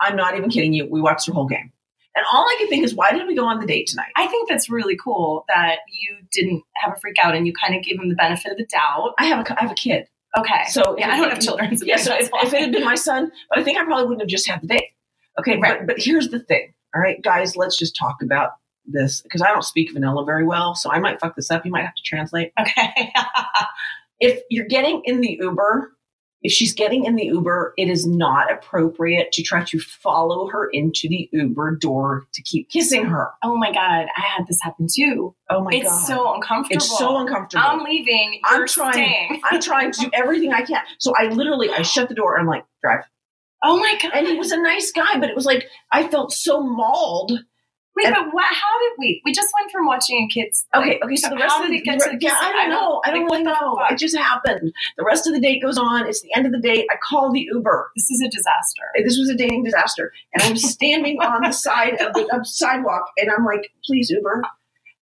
Speaker 2: I'm not even kidding you. We watched the whole game, and all I could think is, why did we go on the date tonight?
Speaker 3: I think that's really cool that you didn't have a freak out and you kind of gave him the benefit of the doubt.
Speaker 2: I have a, I have a kid,
Speaker 3: Okay.
Speaker 2: so
Speaker 3: yeah, I don't have children. so
Speaker 2: Yeah, so
Speaker 3: that's
Speaker 2: if, if it had been my son, but I think I probably wouldn't have just had the date. Okay,
Speaker 3: Right.
Speaker 2: but, but here's the thing. All right, guys, let's just talk about this because I don't speak vanilla very well, so I might fuck this up. You might have to translate.
Speaker 3: fine. okay.
Speaker 2: If you're getting in the Uber, if she's getting in the Uber, it is not appropriate to try to follow her into the Uber door to keep kissing her.
Speaker 3: oh my god, I had this happen too.
Speaker 2: Oh my
Speaker 3: it's
Speaker 2: god,
Speaker 3: so uncomfortable.
Speaker 2: it's so uncomfortable.
Speaker 3: I'm leaving.
Speaker 2: I'm
Speaker 3: You're
Speaker 2: trying.
Speaker 3: staying.
Speaker 2: I'm trying to do everything I can. So I literally I shut the door and I'm like, drive.
Speaker 3: Oh my god.
Speaker 2: And he was a nice guy, but it was like I felt so mauled
Speaker 3: Wait,
Speaker 2: And-
Speaker 3: but what, how did we? We just went from watching a kid's.
Speaker 2: Okay, okay. So the rest
Speaker 3: How
Speaker 2: of
Speaker 3: did
Speaker 2: the
Speaker 3: it get to the
Speaker 2: yeah, I
Speaker 3: I
Speaker 2: don't know. I don't
Speaker 3: like, what
Speaker 2: really
Speaker 3: the
Speaker 2: know.
Speaker 3: fuck?
Speaker 2: It just happened. The rest of the date goes on. It's the end of the date. I call the Uber.
Speaker 3: This is a disaster.
Speaker 2: This was a dating disaster, and I'm standing on the side of the of sidewalk, and I'm like, "Please Uber."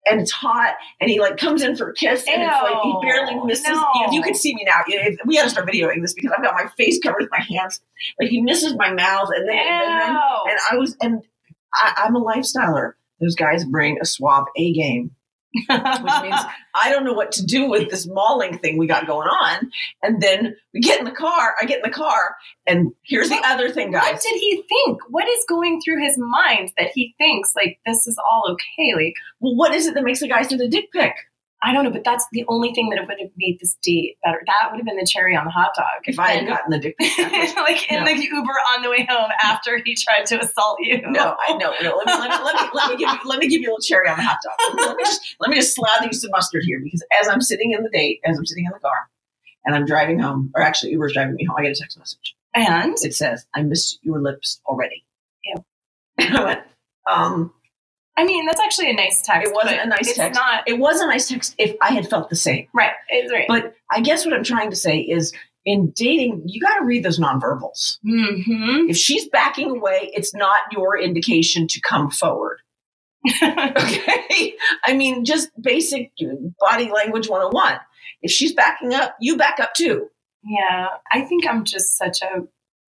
Speaker 2: And it's hot, and he like comes in for a kiss, and it's like he
Speaker 3: Ew,
Speaker 2: barely misses.
Speaker 3: no.
Speaker 2: If you can see me now, if, we had to start videoing this because I've got my face covered with my hands. Like he misses my mouth, and then, and then
Speaker 3: Ew.
Speaker 2: and I was and I, I'm a lifestyler. Those guys bring a suave A game. which means I don't know what to do with this mauling thing we got going on. And then we get in the car. I get in the car, and here's the other thing,
Speaker 3: what
Speaker 2: guys.
Speaker 3: did he think? What is going through his mind that he thinks like this is all okay? Like
Speaker 2: Well, what is it that makes a guy send a dick pic?
Speaker 3: I don't know, but that's the only thing that would have made this date better. That would have been the cherry on the hot dog.
Speaker 2: If I had
Speaker 3: And-
Speaker 2: gotten the dick pic, afterwards.
Speaker 3: like in
Speaker 2: No.
Speaker 3: the Uber on the way home after he tried to assault you.
Speaker 2: no, Oh, I no, no. Let me let me, let me let me give you let me give you a little cherry on the hot dog. Let me just let me just slather you some mustard here because as I'm sitting in the date, as I'm sitting in the car, and I'm driving home, or actually Uber's driving me home, I get a text message.
Speaker 3: And
Speaker 2: It says, "I miss your lips already."
Speaker 3: Ew.
Speaker 2: And I went, um.
Speaker 3: I mean, that's actually a nice text.
Speaker 2: It wasn't
Speaker 3: but
Speaker 2: a nice
Speaker 3: it's
Speaker 2: text.
Speaker 3: Not
Speaker 2: it was a nice text if I had felt the same.
Speaker 3: right. It's right.
Speaker 2: But I guess what I'm trying to say is in dating, you got to read those nonverbals.
Speaker 3: mm-hmm.
Speaker 2: If she's backing away, it's not your indication to come forward. Okay. I mean, just basic body language 101. If she's backing up, you back up too.
Speaker 3: Yeah, I think I'm just such a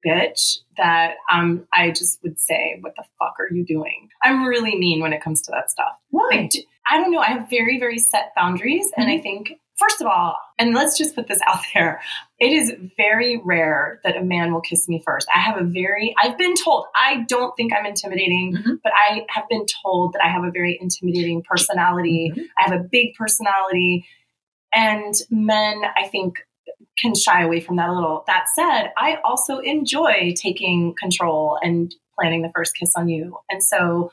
Speaker 3: bitch that um, I just would say, "What the fuck are you doing?" I'm really mean when it comes to that stuff. Like,
Speaker 2: Why?
Speaker 3: d- I don't know. I have very, very set boundaries, and I think. First of all, and let's just put this out there, it is very rare that a man will kiss me first. I have a very, I've been told, I don't think I'm intimidating,
Speaker 2: Mhm.
Speaker 3: but I have been told that I have a very intimidating personality. I have a big personality. And men, I think, can shy away from that a little. That said, I also enjoy taking control and planning the first kiss on you. And so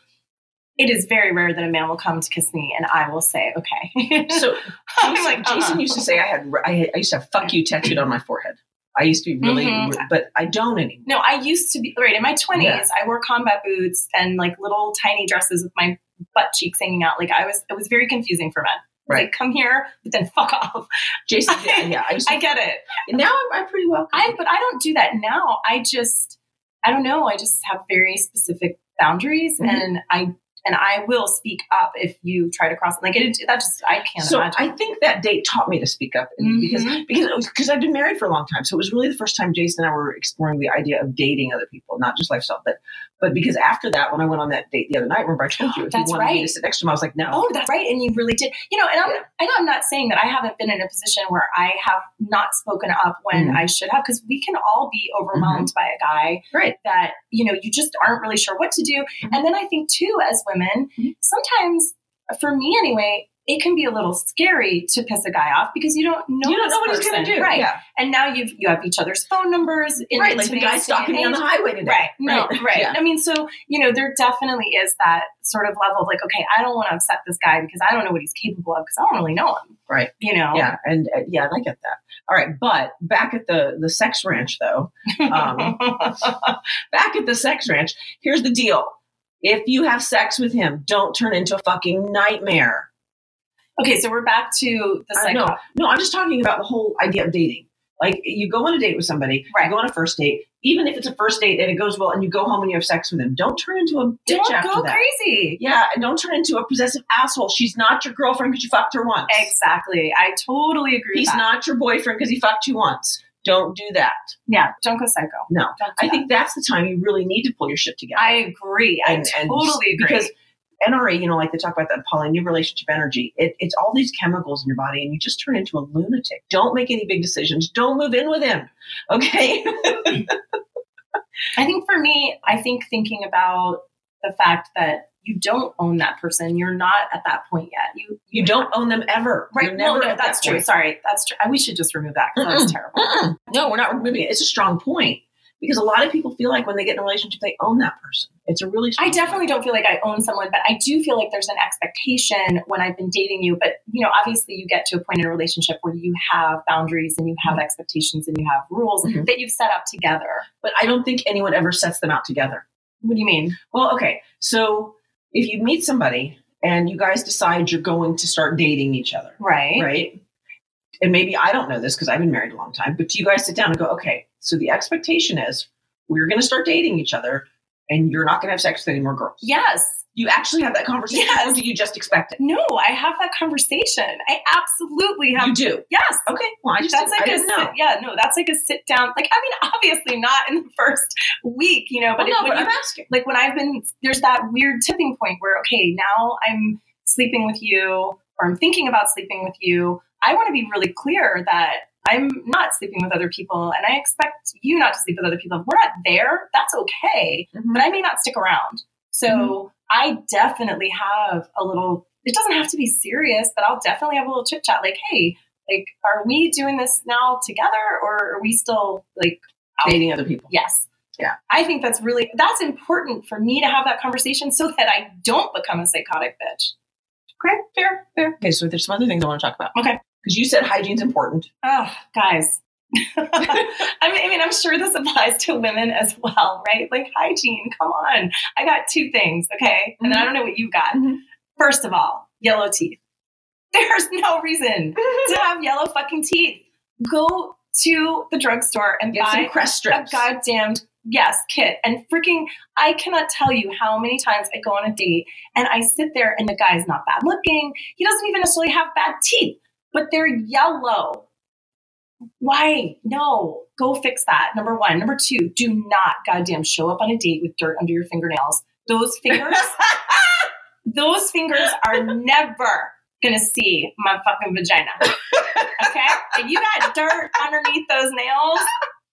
Speaker 3: it is very rare that a man will come to kiss me and I will say, okay.
Speaker 2: So
Speaker 3: I'm
Speaker 2: Jason,
Speaker 3: like, uh-uh.
Speaker 2: Jason used to say I had, I had, I used to have fuck you tattooed on my forehead. I used to be really,
Speaker 3: Mhm.
Speaker 2: but I don't anymore.
Speaker 3: No, I used to be right in my twenties.
Speaker 2: Yeah.
Speaker 3: I wore combat boots and like little tiny dresses with my butt cheeks hanging out. Like I was, it was very confusing for men. It was
Speaker 2: Right.
Speaker 3: Like come here, but then fuck off.
Speaker 2: Jason, yeah, yeah, I used to,
Speaker 3: I get it.
Speaker 2: now I'm, I'm pretty well.
Speaker 3: I but I don't do that now. I just I don't know. I just have very specific boundaries
Speaker 2: Mhm.
Speaker 3: and I and I will speak up if you try to cross. Like it, that just I can't
Speaker 2: so
Speaker 3: imagine.
Speaker 2: I think that date taught me to speak up and because
Speaker 3: Mhm.
Speaker 2: because because I've been married for a long time, so it was really the first time Jason and I were exploring the idea of dating other people, not just lifestyle, but but because after that, when I went on that date the other night, remember I told you if
Speaker 3: That's
Speaker 2: you wanted me to
Speaker 3: right.
Speaker 2: sit next to him, I was like, no,
Speaker 3: Oh, that's right. And you really did. You know, and I'm, I know I'm not saying that I haven't been in a position where I have not spoken up when
Speaker 2: Mhm.
Speaker 3: I should have, because we can all be
Speaker 2: Mm-hmm.
Speaker 3: overwhelmed by a guy
Speaker 2: Right.
Speaker 3: that, you know, you just aren't really sure what to do.
Speaker 2: Mm-hmm.
Speaker 3: And then I think, too, as women,
Speaker 2: Mhm.
Speaker 3: sometimes, for me anyway, it can be a little scary to piss a guy off because you don't know,
Speaker 2: you don't
Speaker 3: this
Speaker 2: know what he's going
Speaker 3: person.
Speaker 2: to do,
Speaker 3: Right.
Speaker 2: Yeah.
Speaker 3: And now you've you have each other's phone numbers. In
Speaker 2: right? Like the
Speaker 3: today's
Speaker 2: guy stalking
Speaker 3: day
Speaker 2: me
Speaker 3: and
Speaker 2: on
Speaker 3: age.
Speaker 2: the highway today,
Speaker 3: Right. No,
Speaker 2: Right.
Speaker 3: right.
Speaker 2: Yeah.
Speaker 3: I mean, so, you know, there definitely is that sort of level of like, okay, I don't want to upset this guy because I don't know what he's capable of because I don't really know him.
Speaker 2: Right.
Speaker 3: You know?
Speaker 2: Yeah, and uh, yeah, I get that. All right, but back at the the sex ranch though, um, back at the sex ranch, here's the deal: if you have sex with him, don't turn into a fucking nightmare.
Speaker 3: okay, so we're back to the
Speaker 2: I
Speaker 3: psycho.
Speaker 2: know. No, I'm just talking about the whole idea of dating. Like you go on a date with somebody,
Speaker 3: Right.
Speaker 2: you go on a first date, even if it's a first date and it goes well and you go home and you have sex with him, don't turn into a bitch
Speaker 3: Don't
Speaker 2: after
Speaker 3: go
Speaker 2: that.
Speaker 3: crazy.
Speaker 2: Yeah, and don't turn into a possessive asshole. She's not your girlfriend because you fucked her once.
Speaker 3: Exactly. I totally agree
Speaker 2: He's
Speaker 3: with that.
Speaker 2: not your boyfriend because he fucked you once. Don't do that.
Speaker 3: yeah, don't go psycho.
Speaker 2: No.
Speaker 3: Don't do
Speaker 2: I
Speaker 3: that.
Speaker 2: think that's the time you really need to pull your shit together.
Speaker 3: I agree. I totally agree.
Speaker 2: Because NRA, you know, like they talk about that poly new relationship energy, it, it's all these chemicals in your body, and you just turn into a lunatic. Don't make any big decisions. Don't move in with him. Okay.
Speaker 3: I think for me, I think thinking about the fact that you don't own that person, you're not at that point yet. You
Speaker 2: You don't own them ever.
Speaker 3: right?
Speaker 2: You're
Speaker 3: No,
Speaker 2: never
Speaker 3: no,
Speaker 2: at that
Speaker 3: that's true.
Speaker 2: point.
Speaker 3: Sorry, that's true. I- We should just remove that because that's terrible.
Speaker 2: Mm-mm. No, we're not removing it. It's a strong point because a lot of people feel like when they get in a relationship, they own that person. It's a really strong
Speaker 3: I definitely don't feel like I own someone, but I do feel like there's an expectation when I've been dating you. But, you know, obviously you get to a point in a relationship where you have boundaries and you have
Speaker 2: Mm-hmm.
Speaker 3: expectations and you have rules
Speaker 2: Mhm.
Speaker 3: that you've set up together.
Speaker 2: But I don't think anyone ever sets them out together.
Speaker 3: What do you mean?
Speaker 2: Well, okay. So if you meet somebody and you guys decide you're going to start dating each other,
Speaker 3: Right.
Speaker 2: right? And maybe I don't know this because I've been married a long time, but do you guys sit down and go, okay, so the expectation is we're going to start dating each other and you're not going to have sex with any more girls.
Speaker 3: Yes.
Speaker 2: You actually have that conversation
Speaker 3: Yes.
Speaker 2: or do you just expect it?
Speaker 3: No, I have that conversation. I absolutely have.
Speaker 2: You do.
Speaker 3: yes.
Speaker 2: Okay. Well, I just
Speaker 3: That's
Speaker 2: didn't-
Speaker 3: like
Speaker 2: I
Speaker 3: a
Speaker 2: didn't know.
Speaker 3: sit, yeah no that's like a sit down like I mean obviously not in the first week you know
Speaker 2: Well,
Speaker 3: but, it-
Speaker 2: no,
Speaker 3: when
Speaker 2: but
Speaker 3: you
Speaker 2: I'm asking.
Speaker 3: like when I've been there's that weird tipping point where okay, now I'm sleeping with you or I'm thinking about sleeping with you. I want to be really clear that I'm not sleeping with other people and I expect you not to sleep with other people. If we're not there, that's okay,
Speaker 2: Mm-hmm.
Speaker 3: but I may not stick around. So I definitely have a little it doesn't have to be serious, but I'll definitely have a little chit chat like, hey, like are we doing this now together or are we still like
Speaker 2: Dating other people.
Speaker 3: Yes.
Speaker 2: Yeah.
Speaker 3: I think that's really that's important for me to have that conversation so that I don't become a psychotic bitch.
Speaker 2: Okay. Fair. Fair. Okay. So there's some other things I want to talk about.
Speaker 3: Okay.
Speaker 2: Because you said hygiene's important.
Speaker 3: Oh, guys. I mean, I mean, I'm sure this applies to women as well, right? Like hygiene. Come on. I got two things, okay? And I don't know what you got.
Speaker 2: Mhm.
Speaker 3: First of all, yellow teeth. There's no reason to have yellow fucking teeth. Go to the drugstore and
Speaker 2: Get
Speaker 3: buy
Speaker 2: some crest
Speaker 3: a
Speaker 2: strips.
Speaker 3: goddamned yes kit and freaking i cannot tell you how many times i go on a date and i sit there and the guy's not bad looking he doesn't even necessarily have bad teeth but they're yellow why no go fix that number one number two do not goddamn show up on a date with dirt under your fingernails those fingers those fingers are never gonna see my fucking vagina okay and you got dirt underneath those nails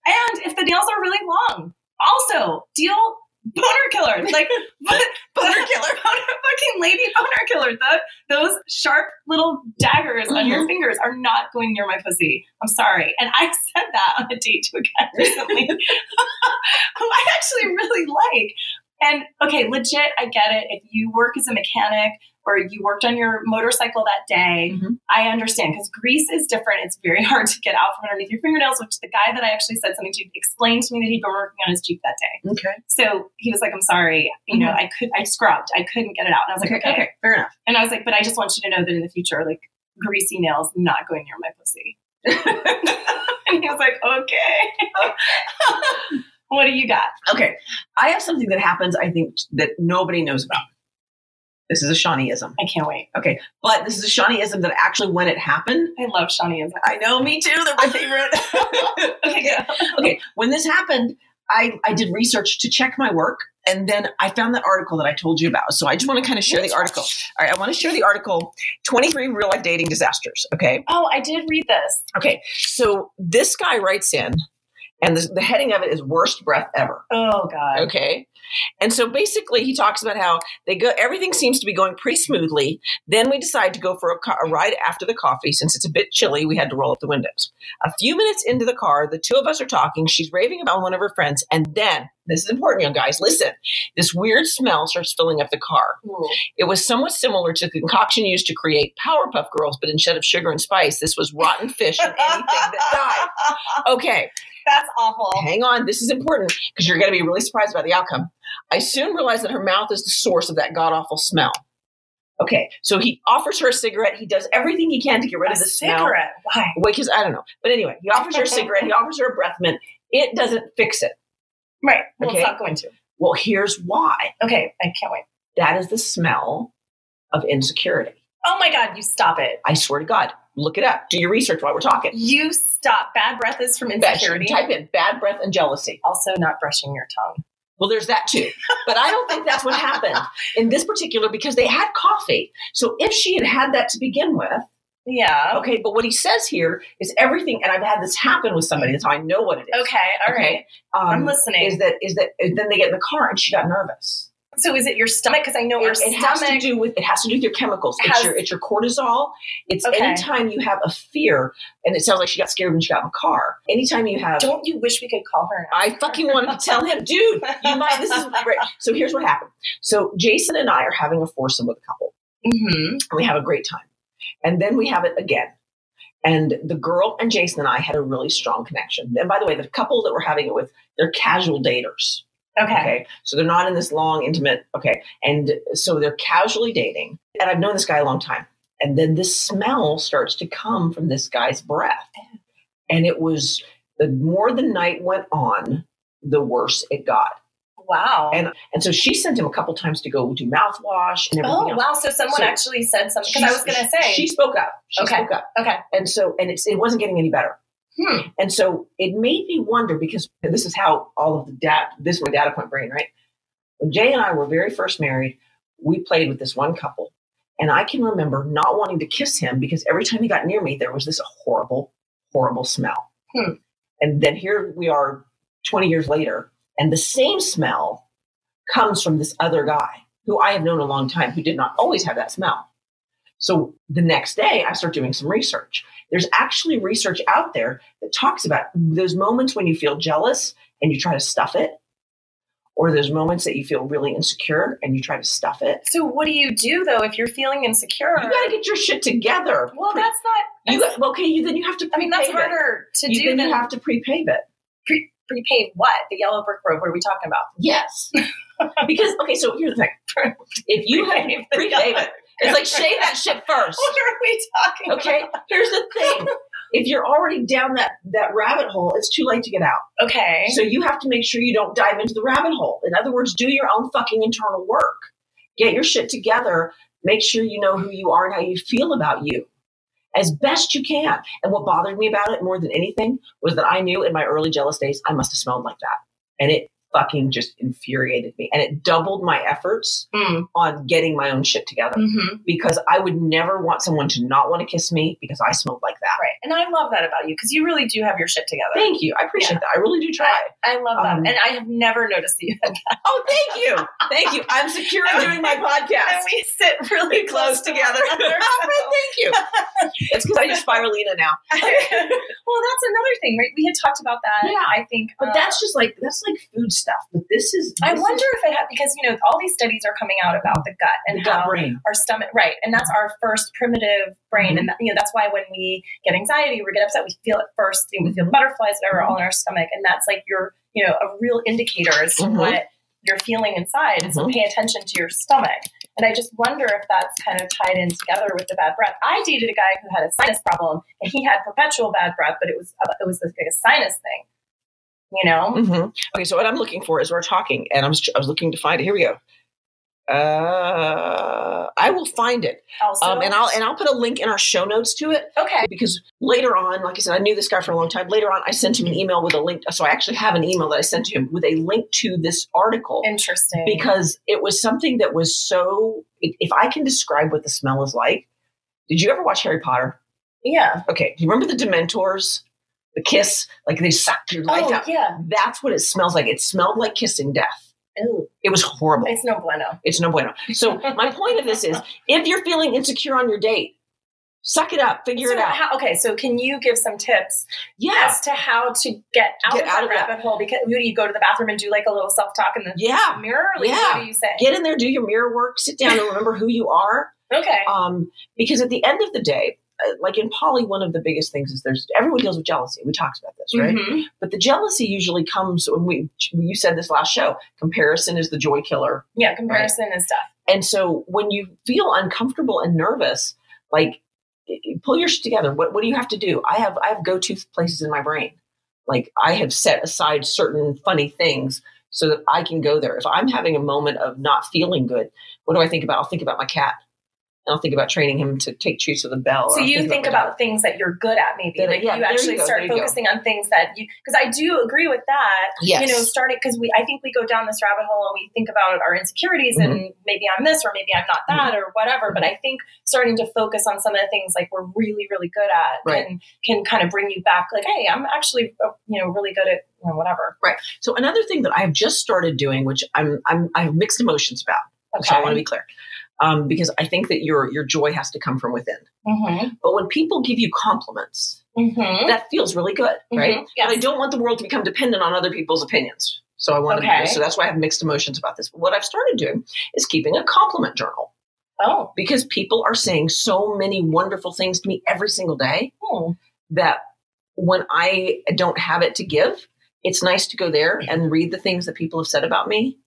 Speaker 3: and if the nails are really long, also deal boner killer. Like but, boner killer, boner fucking lady boner killer. The, those sharp little daggers on your fingers are not going near my pussy. I'm sorry. And I said that on a date to a guy recently, who I actually really like. And okay, legit, I get it. If you work as a mechanic or you worked on your motorcycle that day,
Speaker 2: Mhm.
Speaker 3: I understand because grease is different. It's very hard to get out from underneath your fingernails, which the guy that I actually said something to explained to me that he'd been working on his Jeep that day.
Speaker 2: Okay.
Speaker 3: So he was like, I'm sorry, you know, I could I scrubbed. I couldn't get it out. And I was like, okay.
Speaker 2: Okay. Fair enough.
Speaker 3: And I was like, but I just want you to know that in the future, like greasy nails not going near my pussy. and he was like, okay. what do you got?
Speaker 2: Okay. I have something that happens, I think, that nobody knows about. This is a Shawneeism.
Speaker 3: I can't wait.
Speaker 2: Okay, but this is a Shawneeism that actually, when it happened,
Speaker 3: I love Shawneeism.
Speaker 2: I know, me too. They're my favorite.
Speaker 3: Okay, good.
Speaker 2: okay, when this happened, I, I did research to check my work, and then I found that article that I told you about. So I just want to kind of share the article. All right, I want to share the article 23 Real Life Dating Disasters. Okay,
Speaker 3: Oh, I did read this.
Speaker 2: okay. So this guy writes in, and the, the heading of it is Worst Breath Ever.
Speaker 3: Oh God.
Speaker 2: Okay. And so basically, he talks about how they go, everything seems to be going pretty smoothly. Then we decide to go for a, co- a ride after the coffee since it's a bit chilly. We had to roll up the windows. A few minutes into the car, the two of us are talking. She's raving about one of her friends. And then, this is important, young guys, listen, this weird smell starts filling up the car.
Speaker 3: Ooh.
Speaker 2: It was somewhat similar to the concoction used to create Powerpuff Girls, but instead of sugar and spice, this was rotten fish and anything that died. Okay.
Speaker 3: That's awful.
Speaker 2: Hang on, this is important because you're going to be really surprised by the outcome. I soon realized that her mouth is the source of that god awful smell. Okay, so he offers her a cigarette. He does everything he can to get rid
Speaker 3: A
Speaker 2: of the smell.
Speaker 3: cigarette. Why?
Speaker 2: Because I don't know. But anyway, he offers her a cigarette. He offers her a breath mint. It doesn't fix it.
Speaker 3: Right. Well,
Speaker 2: Okay.
Speaker 3: it's not going to.
Speaker 2: Well, here's why
Speaker 3: Okay, I can't wait.
Speaker 2: that is the smell of insecurity.
Speaker 3: Oh my God, you stop it.
Speaker 2: I swear to God, look it up. Do your research while we're talking.
Speaker 3: You stop. Bad breath is from
Speaker 2: Bad-
Speaker 3: insecurity.
Speaker 2: Type in bad breath and jealousy.
Speaker 3: Also, not brushing your tongue.
Speaker 2: Well, there's that too. But I don't think that's what happened in this particular because they had coffee. So if she had had that to begin with,
Speaker 3: Yeah.
Speaker 2: okay, but what he says here is everything, and I've had this happen with somebody, that's how I know what it is.
Speaker 3: Okay. All right.
Speaker 2: Okay, Um,
Speaker 3: I'm listening.
Speaker 2: Is that, is that, is then they get in the car and she got nervous.
Speaker 3: so, is it your stomach? Because I know your
Speaker 2: it, it has to
Speaker 3: stomach.
Speaker 2: do with, it has to do with your chemicals. It's
Speaker 3: Has-
Speaker 2: your, it's your cortisol. It's
Speaker 3: Okay.
Speaker 2: anytime you have a fear, and it sounds like she got scared when she got in the car. Anytime you have,
Speaker 3: Don't you wish we could call her?
Speaker 2: I fucking wanted to tell him, dude, you might. This is right. so. Here's what happened. So Jason and I are having a foursome with a couple,
Speaker 3: Mm-hmm.
Speaker 2: and we have a great time, and then we have it again. And the girl and Jason and I had a really strong connection. And by the way, the couple that we're having it with, they're casual daters.
Speaker 3: Okay.
Speaker 2: Okay. So they're not in this long, intimate. Okay. And so they're casually dating. And I've known this guy a long time. And then this smell starts to come from this guy's breath. And it was the more the night went on, the worse it got.
Speaker 3: Wow.
Speaker 2: And so she sent him a couple times to go do mouthwash and everything
Speaker 3: oh,
Speaker 2: else.
Speaker 3: wow. So, someone
Speaker 2: So-
Speaker 3: actually said something. Because I was going to say.
Speaker 2: she spoke up. She
Speaker 3: Okay.
Speaker 2: spoke up.
Speaker 3: okay.
Speaker 2: And so and it's, it wasn't getting any better.
Speaker 3: Hmm.
Speaker 2: And so it made me wonder because this is how all of the data, this is my data point brain, right? When Jay and I were very first married, we played with this one couple. And I can remember not wanting to kiss him because every time he got near me, there was this horrible, horrible smell.
Speaker 3: Hmm.
Speaker 2: And then here we are 20 years later, and the same smell comes from this other guy who I have known a long time who did not always have that smell. So the next day, I start doing some research. There's actually research out there that talks about those moments when you feel jealous and you try to stuff it, or those moments that you feel really insecure and you try to stuff it.
Speaker 3: So, what do you do, though, if you're feeling insecure?
Speaker 2: You got to get your shit together.
Speaker 3: well, that's not.
Speaker 2: you got, okay. You then you have to.
Speaker 3: I mean, that's
Speaker 2: prepave it.
Speaker 3: harder to
Speaker 2: You,
Speaker 3: do
Speaker 2: then
Speaker 3: than
Speaker 2: you have to prepave it.
Speaker 3: pre- prepay what? The yellow brick road. What are we talking about?
Speaker 2: Yes, because okay. So here's the thing: if you have
Speaker 3: Prepave the
Speaker 2: prepave it, it's like shave that shit first.
Speaker 3: What are we talking
Speaker 2: Okay.
Speaker 3: about?
Speaker 2: Here's the thing: if you're already down that that rabbit hole, it's too late to get out.
Speaker 3: Okay.
Speaker 2: So you have to make sure you don't dive into the rabbit hole. In other words, do your own fucking internal work. Get your shit together. Make sure you know who you are and how you feel about you as best you can. And what bothered me about it more than anything was that I knew in my early jealous days I must have smelled like that. And it fucking just infuriated me. And it doubled my efforts on getting my own shit together
Speaker 3: Mm, Mm-hmm.
Speaker 2: because I would never want someone to not want to kiss me because I smelled like that.
Speaker 3: Right. And I love that about you because you really do have your shit together.
Speaker 2: Thank you. I appreciate that. I really do try.
Speaker 3: I love that.
Speaker 2: Um,
Speaker 3: and I have never noticed that you had that.
Speaker 2: Oh, thank you. Thank you. I'm secure in doing my
Speaker 3: And
Speaker 2: podcast.
Speaker 3: we sit really close together.
Speaker 2: Oh, thank you. It's because I do spirulina now.
Speaker 3: well, that's another thing, right? We had talked about that.
Speaker 2: Yeah.
Speaker 3: I think.
Speaker 2: But
Speaker 3: uh,
Speaker 2: that's just like that's like food stuff. But this is
Speaker 3: I
Speaker 2: this
Speaker 3: wonder if it had, because, you know, all these studies are coming out about the gut
Speaker 2: is
Speaker 3: and
Speaker 2: the
Speaker 3: how
Speaker 2: gut brain.
Speaker 3: our stomach, right. And that's our first primitive brain.
Speaker 2: Mm-hmm.
Speaker 3: And, that, you know, that's why when we get anxiety, we get upset, we feel it first, you know, we
Speaker 2: Mm-hmm.
Speaker 3: feel butterflies, whatever, all in our stomach. And that's like your, you know, a real indicator as to
Speaker 2: Mhm.
Speaker 3: what you're feeling inside. So
Speaker 2: Mhm.
Speaker 3: pay attention to your stomach. And I just wonder if that's kind of tied in together with the bad breath. I dated a guy who had a sinus problem and he had perpetual bad breath, but it was, uh, it was like a sinus thing, you know?
Speaker 2: Mm-hmm. Mhm. Okay, so what I'm looking for is we're talking, and I'm I was looking to find it. Here we go. Uh, I will find it,
Speaker 3: Also,
Speaker 2: um, and I'll and I'll put a link in our show notes to it
Speaker 3: okay.
Speaker 2: because later on, like I said, I knew this guy for a long time. Later on, I sent him an email with a link. So I actually have an email that I sent to him with a link to this article
Speaker 3: Interesting.
Speaker 2: because it was something that was so. If if I can describe what the smell is like, did you ever watch Harry Potter?
Speaker 3: yeah.
Speaker 2: Okay, do you remember the Dementors, the kiss, like they sucked your life
Speaker 3: Oh
Speaker 2: out.
Speaker 3: yeah.
Speaker 2: That's what it smells like. It smelled like kissing death.
Speaker 3: Ooh,
Speaker 2: It was horrible.
Speaker 3: it's no bueno.
Speaker 2: It's no bueno. So my point of this is, if you're feeling insecure on your date, suck it up, figure
Speaker 3: So
Speaker 2: it out.
Speaker 3: how- okay, so can you give some tips
Speaker 2: yeah,
Speaker 3: as to how to get out
Speaker 2: Get
Speaker 3: of
Speaker 2: out
Speaker 3: that
Speaker 2: of that.
Speaker 3: rabbit hole? Because do you go to the bathroom and do like a little self talk in the
Speaker 2: yeah.
Speaker 3: mirror? Like,
Speaker 2: Yeah.
Speaker 3: What do you say?
Speaker 2: Get in there, do your mirror work, sit down, and remember who you are.
Speaker 3: okay.
Speaker 2: Um, because at the end of the day, uh, like in poly, one of the biggest things is there's everyone deals with jealousy. We talked about this, right?
Speaker 3: Mhm.
Speaker 2: But the jealousy usually comes when we you said this last show. Comparison is the joy killer.
Speaker 3: Yeah, comparison and stuff.
Speaker 2: And so when you feel uncomfortable and nervous, like y- y- pull your shit together. What what do you have to do? I have I have go to places in my brain. Like I have set aside certain funny things so that I can go there. If I'm having a moment of not feeling good, what do I think about? I'll think about my cat. And I'll think about training him to take treats with a bell. or
Speaker 3: So
Speaker 2: I'll
Speaker 3: you think
Speaker 2: my dog.
Speaker 3: about things that you're good at, maybe.
Speaker 2: Then,
Speaker 3: like
Speaker 2: yeah,
Speaker 3: you
Speaker 2: there you
Speaker 3: actually
Speaker 2: go, there
Speaker 3: start
Speaker 2: you go.
Speaker 3: focusing on things that you. Because I do agree with that.
Speaker 2: yes.
Speaker 3: You know, starting because we, I think we go down this rabbit hole and we think about our insecurities and
Speaker 2: Mm-hmm.
Speaker 3: maybe I'm this or maybe I'm not that or whatever. But I think starting to focus on some of the things like we're really, really good at
Speaker 2: Right.
Speaker 3: can can kind of bring you back. Like, hey, I'm actually uh, you know really good at you know, whatever.
Speaker 2: so another thing that I've just started doing, which I'm I'm I have mixed emotions about. So I want to be clear. Um, because I think that your your joy has to come from within.
Speaker 3: Mm-hmm.
Speaker 2: But when people give you compliments,
Speaker 3: Mm-hmm.
Speaker 2: that feels really good, right?
Speaker 3: Yes.
Speaker 2: But I don't want the world to become dependent on other people's opinions. So I want
Speaker 3: Okay.
Speaker 2: to, so that's why I have mixed emotions about this. But what I've started doing is keeping a compliment journal
Speaker 3: oh.
Speaker 2: because people are saying so many wonderful things to me every single day
Speaker 3: Hmm.
Speaker 2: that when I don't have it to give, it's nice to go there
Speaker 3: Mm-hmm.
Speaker 2: and read the things that people have said about me.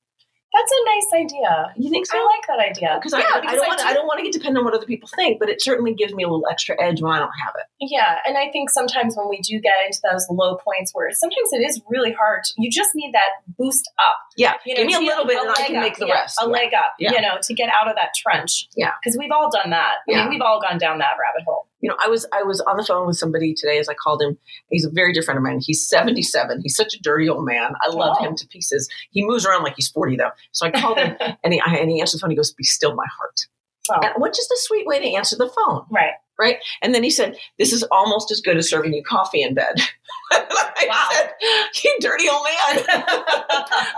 Speaker 3: That's a nice idea.
Speaker 2: You think so?
Speaker 3: I like that idea.
Speaker 2: because I,
Speaker 3: Yeah,
Speaker 2: I don't want
Speaker 3: do
Speaker 2: I don't want to get dependent on what other people think, but it certainly gives me a little extra edge when I don't have it.
Speaker 3: Yeah, and I think sometimes when we do get into those low points where sometimes it is really hard, to, you just need that boost up.
Speaker 2: Yeah,
Speaker 3: You
Speaker 2: give me a
Speaker 3: to get
Speaker 2: little bit, and I
Speaker 3: leg
Speaker 2: can
Speaker 3: up,
Speaker 2: make the
Speaker 3: yeah,
Speaker 2: rest.
Speaker 3: A
Speaker 2: Yeah.
Speaker 3: leg up,
Speaker 2: Yeah.
Speaker 3: you know, to get out of that trench.
Speaker 2: Yeah.
Speaker 3: because we've all done that. I
Speaker 2: Yeah.
Speaker 3: mean, we've all gone down that rabbit hole.
Speaker 2: you know, I was I was on the phone with somebody today as I called him. He's a very dear friend of mine. He's 77. He's such a dirty old man. I love
Speaker 3: Oh.
Speaker 2: him to pieces. He moves around like he's 40 though. So I called him and he I, and he answered the phone. He goes, "Be still, my heart."
Speaker 3: Oh.
Speaker 2: And what just a sweet way to answer the phone.
Speaker 3: right.
Speaker 2: And then he said, "This is almost as good as serving you coffee in bed." And I
Speaker 3: Wow.
Speaker 2: said, "You dirty old man."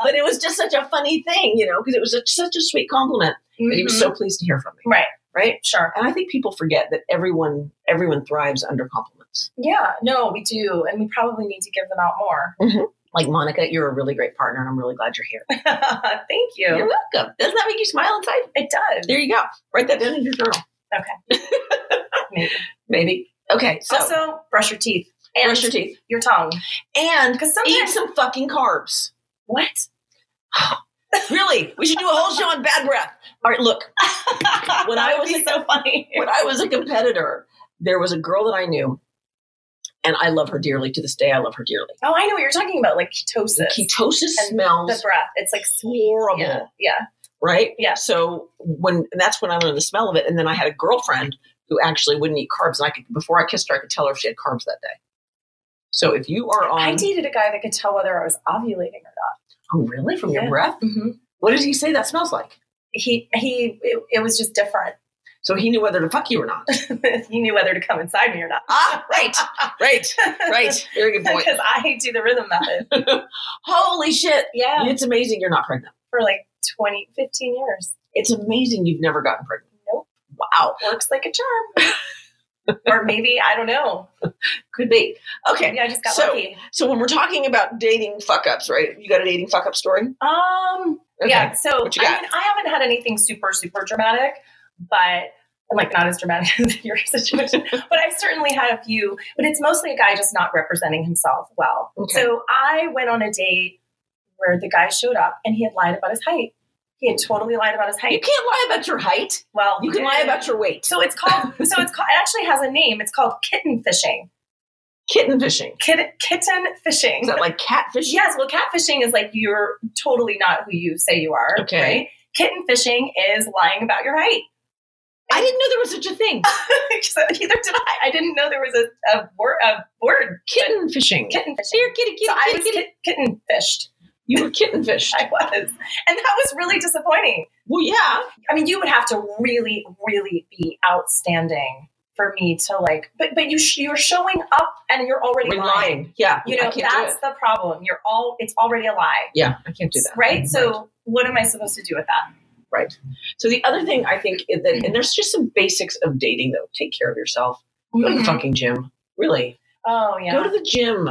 Speaker 2: but it was just such a funny thing, you know, because it was such such a sweet compliment. But he was
Speaker 3: Mhm.
Speaker 2: so pleased to hear from me.
Speaker 3: right.
Speaker 2: Right?
Speaker 3: Sure.
Speaker 2: And I think people forget that everyone everyone thrives under compliments.
Speaker 3: Yeah. No, we do, and we probably need to give them out more.
Speaker 2: Like Monica, you're a really great partner, and I'm really glad you're here.
Speaker 3: Thank you.
Speaker 2: You're welcome. Doesn't that make you smile inside?
Speaker 3: It does.
Speaker 2: There you go. Write that down in your journal.
Speaker 3: Maybe.
Speaker 2: Maybe. Okay. So
Speaker 3: also, brush your teeth and
Speaker 2: brush your teeth
Speaker 3: your tongue
Speaker 2: and
Speaker 3: because
Speaker 2: eat
Speaker 3: sometimes
Speaker 2: some fucking carbs.
Speaker 3: what?
Speaker 2: Really, we should do a whole show on bad breath. All right, look. When I was
Speaker 3: That would be
Speaker 2: a-
Speaker 3: so funny.
Speaker 2: When I was a competitor, there was a girl that I knew, and I love her dearly. To this day, I love her dearly.
Speaker 3: Oh, I know what you're talking about, like
Speaker 2: The
Speaker 3: ketosis.
Speaker 2: ketosis
Speaker 3: And the
Speaker 2: smells
Speaker 3: breath. It's like sweet.
Speaker 2: horrible.
Speaker 3: Yeah. yeah.
Speaker 2: right?
Speaker 3: Yeah.
Speaker 2: So when and that's when I learned the smell of it, and then I had a girlfriend who actually wouldn't eat carbs, and I could before I kissed her, I could tell her if she had carbs that day. So if you are on,
Speaker 3: I dated a guy that could tell whether I was ovulating or not.
Speaker 2: oh really? From your
Speaker 3: Yeah.
Speaker 2: breath? What did he say that smells like?
Speaker 3: He he. It, it was just different.
Speaker 2: So he knew whether to fuck you or not.
Speaker 3: he knew whether to come inside me or not.
Speaker 2: ah, right, right, right. Very good point.
Speaker 3: Because I do the rhythm method.
Speaker 2: Holy shit!
Speaker 3: Yeah.
Speaker 2: It's amazing you're not pregnant.
Speaker 3: For like 20, 15 years.
Speaker 2: It's amazing you've never gotten pregnant.
Speaker 3: Nope.
Speaker 2: Wow.
Speaker 3: Works like a charm. or maybe I don't know.
Speaker 2: Could be. Okay.
Speaker 3: Maybe I just got
Speaker 2: So-
Speaker 3: lucky.
Speaker 2: So when we're talking about dating fuck ups, right? You got a dating fuck up story?
Speaker 3: Um.
Speaker 2: Okay.
Speaker 3: Yeah. So
Speaker 2: What you
Speaker 3: I
Speaker 2: got?
Speaker 3: mean, I haven't had anything super super dramatic, but and, like not as dramatic as your situation. but I've certainly had a few. But it's mostly a guy just not representing himself well.
Speaker 2: Okay.
Speaker 3: So I went on a date where the guy showed up and he had lied about his height. He had totally lied about his
Speaker 2: You
Speaker 3: height.
Speaker 2: can't lie about your height.
Speaker 3: Well,
Speaker 2: You can lie about your weight.
Speaker 3: So it's called. so it's called. It actually has a name. It's called kitten fishing.
Speaker 2: Kitten fishing.
Speaker 3: Kitten kitten fishing.
Speaker 2: Is that like catfish?
Speaker 3: Yes, well, catfishing is like you're totally not who you say you are.
Speaker 2: Okay.
Speaker 3: Right? Kitten fishing is lying about your height.
Speaker 2: I didn't know there was such a thing.
Speaker 3: So Neither did I. I didn't know there was a, a, wor- a word
Speaker 2: Kitten fishing.
Speaker 3: kitten fishing.
Speaker 2: Here, kitty, kitty,
Speaker 3: so I
Speaker 2: kitty,
Speaker 3: was
Speaker 2: kitty.
Speaker 3: kit- kitten fished.
Speaker 2: You were kitten fished.
Speaker 3: I was, and that was really disappointing.
Speaker 2: Well, yeah.
Speaker 3: I mean, you would have to really, really be outstanding for me to like. But but you sh- you're showing up and you're already
Speaker 2: We're
Speaker 3: lying.
Speaker 2: lying. Yeah.
Speaker 3: You
Speaker 2: I
Speaker 3: know
Speaker 2: can't do
Speaker 3: that's
Speaker 2: it.
Speaker 3: the problem. You're all it's already a lie,
Speaker 2: Yeah, I can't do that.
Speaker 3: right? So what am I supposed to do with that?
Speaker 2: Right. So the other thing I think is that, and there's just some basics of dating though. Take care of yourself. Go to the fucking gym. Really.
Speaker 3: Oh yeah.
Speaker 2: Go to the gym.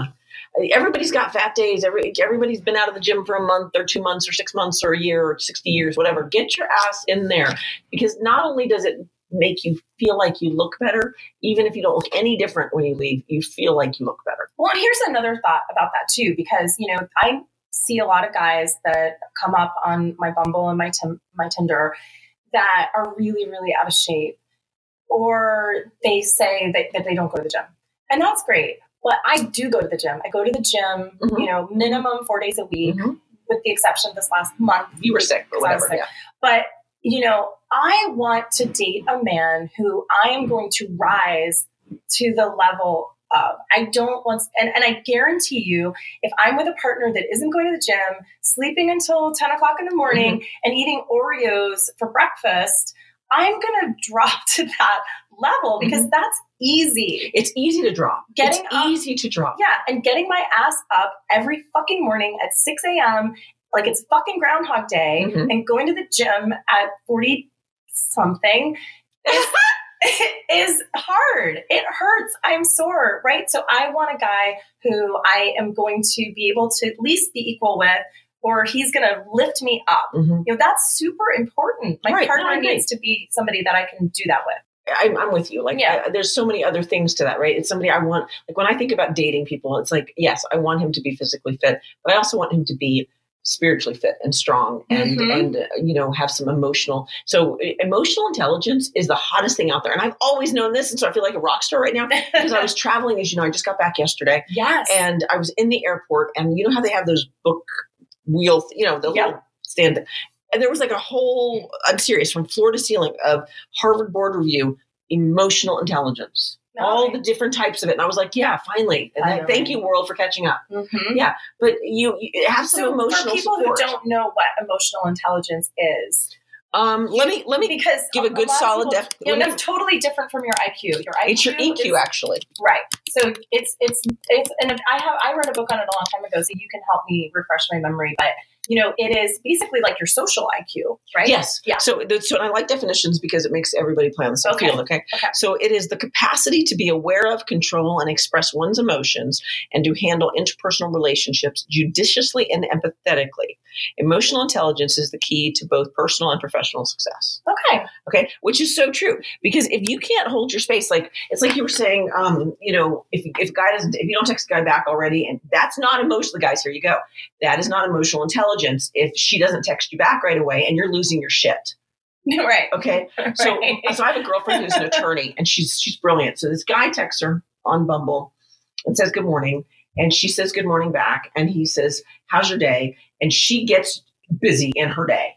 Speaker 2: Everybody's got fat days. Every everybody's been out of the gym for a month or two months or six months or a year or sixty years, whatever. Get your ass in there because not only does it make you feel like you look better, even if you don't look any different when you leave, you feel like you look better.
Speaker 3: Well, and here's another thought about that too, because you know I see a lot of guys that come up on my Bumble and my Tim- my Tinder that are really really out of shape, or they say that, that they don't go to the gym, and that's great. But I do go to the gym. I go to the gym,
Speaker 2: Mhm.
Speaker 3: you know, minimum four days a week,
Speaker 2: Mm-hmm.
Speaker 3: with the exception of this last month.
Speaker 2: You were sick or
Speaker 3: Because I was
Speaker 2: whatever.
Speaker 3: Mm-hmm. sick.
Speaker 2: Yeah.
Speaker 3: But, you know, I want to date a man who I am going to rise to the level of. I don't want, and, and I guarantee you, if I'm with a partner that isn't going to the gym, sleeping until 10 o'clock in the morning, and eating Oreos for breakfast, I'm going to drop to that level because that's easy.
Speaker 2: It's easy to drop.
Speaker 3: Getting
Speaker 2: it's
Speaker 3: up-
Speaker 2: easy to drop.
Speaker 3: Yeah, and getting my ass up every fucking morning at 6 a.m., like it's fucking Groundhog Day,
Speaker 2: Mhm.
Speaker 3: and going to the gym at 40 something is, is hard. It hurts. I'm sore, right? So I want a guy who I am going to be able to at least be equal with, or he's going to lift me up.
Speaker 2: Mhm.
Speaker 3: You know, that's super important. My
Speaker 2: Right, no, I
Speaker 3: partner
Speaker 2: agree.
Speaker 3: needs to be somebody that I can do that with.
Speaker 2: I'm, I'm with you. Like,
Speaker 3: Yeah.
Speaker 2: I- there's so many other things to that, right? It's somebody I want. Like when I think about dating people, it's like, yes, I want him to be physically fit, but I also want him to be spiritually fit and strong, and
Speaker 3: Mhm.
Speaker 2: and uh, you know have some emotional. So e- emotional intelligence is the hottest thing out there, and I've always known this, and so I feel like a rock star right now because I was traveling, as you know, I just got back yesterday,
Speaker 3: yes.
Speaker 2: and I was in the airport, and you know how they have those book wheels, you know, the
Speaker 3: Yeah.
Speaker 2: little stand. And there was like a whole, I'm serious, from floor to ceiling of Harvard Board Review, emotional intelligence, all the different types of it. And I was like, yeah, finally. And
Speaker 3: I
Speaker 2: then
Speaker 3: know.
Speaker 2: thank you, world, for catching up.
Speaker 3: Mhm.
Speaker 2: But you, you have some
Speaker 3: so
Speaker 2: emotional
Speaker 3: for people
Speaker 2: support.
Speaker 3: who don't know what emotional intelligence is,
Speaker 2: um, let me let me
Speaker 3: because
Speaker 2: give a good
Speaker 3: lot of
Speaker 2: solid
Speaker 3: people-
Speaker 2: def.
Speaker 3: You know,
Speaker 2: let me-
Speaker 3: that's totally different from your IQ. Your IQ,
Speaker 2: it's your E EQ,
Speaker 3: is-
Speaker 2: actually.
Speaker 3: right? So it's it's it's and I have I read a book on it a long time ago, so you can help me refresh my memory. But you know, it is basically like your social IQ, right?
Speaker 2: Yes.
Speaker 3: Yeah.
Speaker 2: So, the, so and I like definitions because it makes everybody play on the same
Speaker 3: Okay.
Speaker 2: field. Okay?
Speaker 3: Okay.
Speaker 2: So it is the capacity to be aware of, control, and express one's emotions, and to handle interpersonal relationships judiciously and empathetically. Emotional intelligence is the key to both personal and professional success.
Speaker 3: Okay.
Speaker 2: Okay, which is so true because if you can't hold your space, like it's like you were saying, um, you know, if if a guy doesn't, if you don't text a guy back already, and that's not emotional, guys, here you go, that is not emotional intelligence. If she doesn't text you back right away, and you're losing your shit,
Speaker 3: right.
Speaker 2: okay. So uh,
Speaker 3: Right.
Speaker 2: so I have a girlfriend who's an attorney, and she's she's brilliant. So this guy texts her on Bumble and says good morning, and she says good morning back, and he says how's your day, and she gets busy in her day,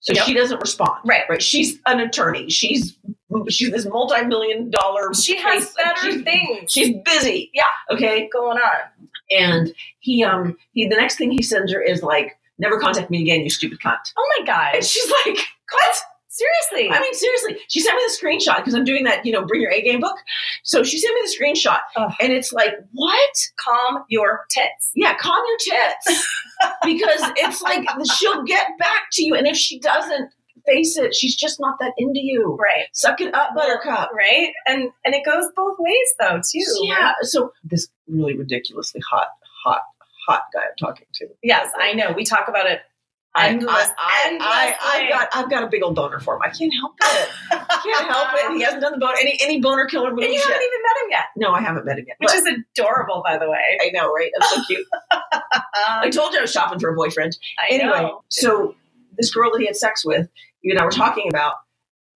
Speaker 2: so
Speaker 3: Yep.
Speaker 2: she doesn't respond
Speaker 3: Right.
Speaker 2: right? She's an attorney. She's she's this multi-million dollar.
Speaker 3: She has
Speaker 2: case-
Speaker 3: better
Speaker 2: she's,
Speaker 3: things
Speaker 2: She's busy.
Speaker 3: Yeah.
Speaker 2: Okay.
Speaker 3: going on.
Speaker 2: And he um he the next thing he sends her is like, "Never contact me again, you stupid cunt."
Speaker 3: Oh my god!
Speaker 2: And she's like, "What?"
Speaker 3: Seriously.
Speaker 2: I mean, seriously. She sent me the screenshot because I'm doing that, you know, bring your A game book. So she sent me the screenshot,
Speaker 3: Ugh.
Speaker 2: and it's like, what?
Speaker 3: calm your tits.
Speaker 2: Yeah, calm your tits because it's like she'll get back to you, and if she doesn't face it, she's just not that into you.
Speaker 3: Right.
Speaker 2: Suck it up, Buttercup.
Speaker 3: Right. And and it goes both ways though too.
Speaker 2: Yeah. So this really ridiculously hot, hot, hot guy I'm talking to.
Speaker 3: Yes, I know. We talk about it. Endless,
Speaker 2: I, I,
Speaker 3: endless
Speaker 2: I, have
Speaker 3: way.
Speaker 2: got, I've got a big old boner for him. I can't help it. I can't help it. He hasn't done the boner any any boner killer movie
Speaker 3: And you
Speaker 2: yet.
Speaker 3: haven't even met him yet,
Speaker 2: no, I haven't met him yet.
Speaker 3: which
Speaker 2: But-
Speaker 3: is adorable, by the way.
Speaker 2: I know, right? That's so cute. I
Speaker 3: Um,
Speaker 2: told you I was shopping for a boyfriend.
Speaker 3: I
Speaker 2: Anyway,
Speaker 3: know.
Speaker 2: so this girl that he had sex with, you and I were talking about,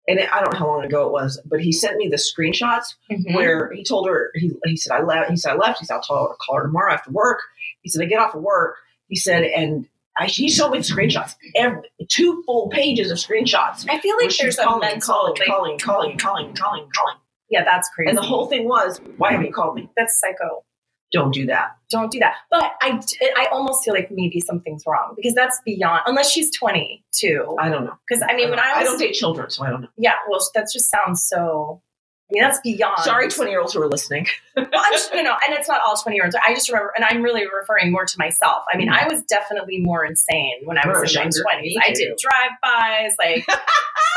Speaker 2: and I don't know how long ago it was, but he sent me the screenshots
Speaker 3: Mm-hmm.
Speaker 2: where he told her he, he said I left he said I left he said I'll call, call her tomorrow after work he said I get off of work he said and I, she showed me the screenshots. Every, two full pages of screenshots.
Speaker 3: I feel
Speaker 2: where
Speaker 3: like
Speaker 2: she's
Speaker 3: there's a
Speaker 2: calling,
Speaker 3: mental.
Speaker 2: calling,
Speaker 3: like,
Speaker 2: calling, calling, calling, calling, calling.
Speaker 3: yeah, that's crazy.
Speaker 2: And the whole thing was, why haven't you called me?
Speaker 3: that's psycho.
Speaker 2: Don't do that.
Speaker 3: Don't do that. But I, I almost feel like maybe something's wrong because that's beyond. Unless she's 22.
Speaker 2: I don't know.
Speaker 3: Because I mean, when I was
Speaker 2: I don't date children, so I don't know.
Speaker 3: Yeah, well, that just sounds so. I mean, that's beyond.
Speaker 2: Sorry, 20 year olds who are listening.
Speaker 3: Well, I'm just, no, no, and it's not all 20 year olds. I just remember, and I'm really referring more to myself. I mean, I was definitely more insane when I
Speaker 2: Mm-hmm. You were
Speaker 3: was in my
Speaker 2: younger.
Speaker 3: 20s.
Speaker 2: Me
Speaker 3: I
Speaker 2: too.
Speaker 3: did drive bys, like,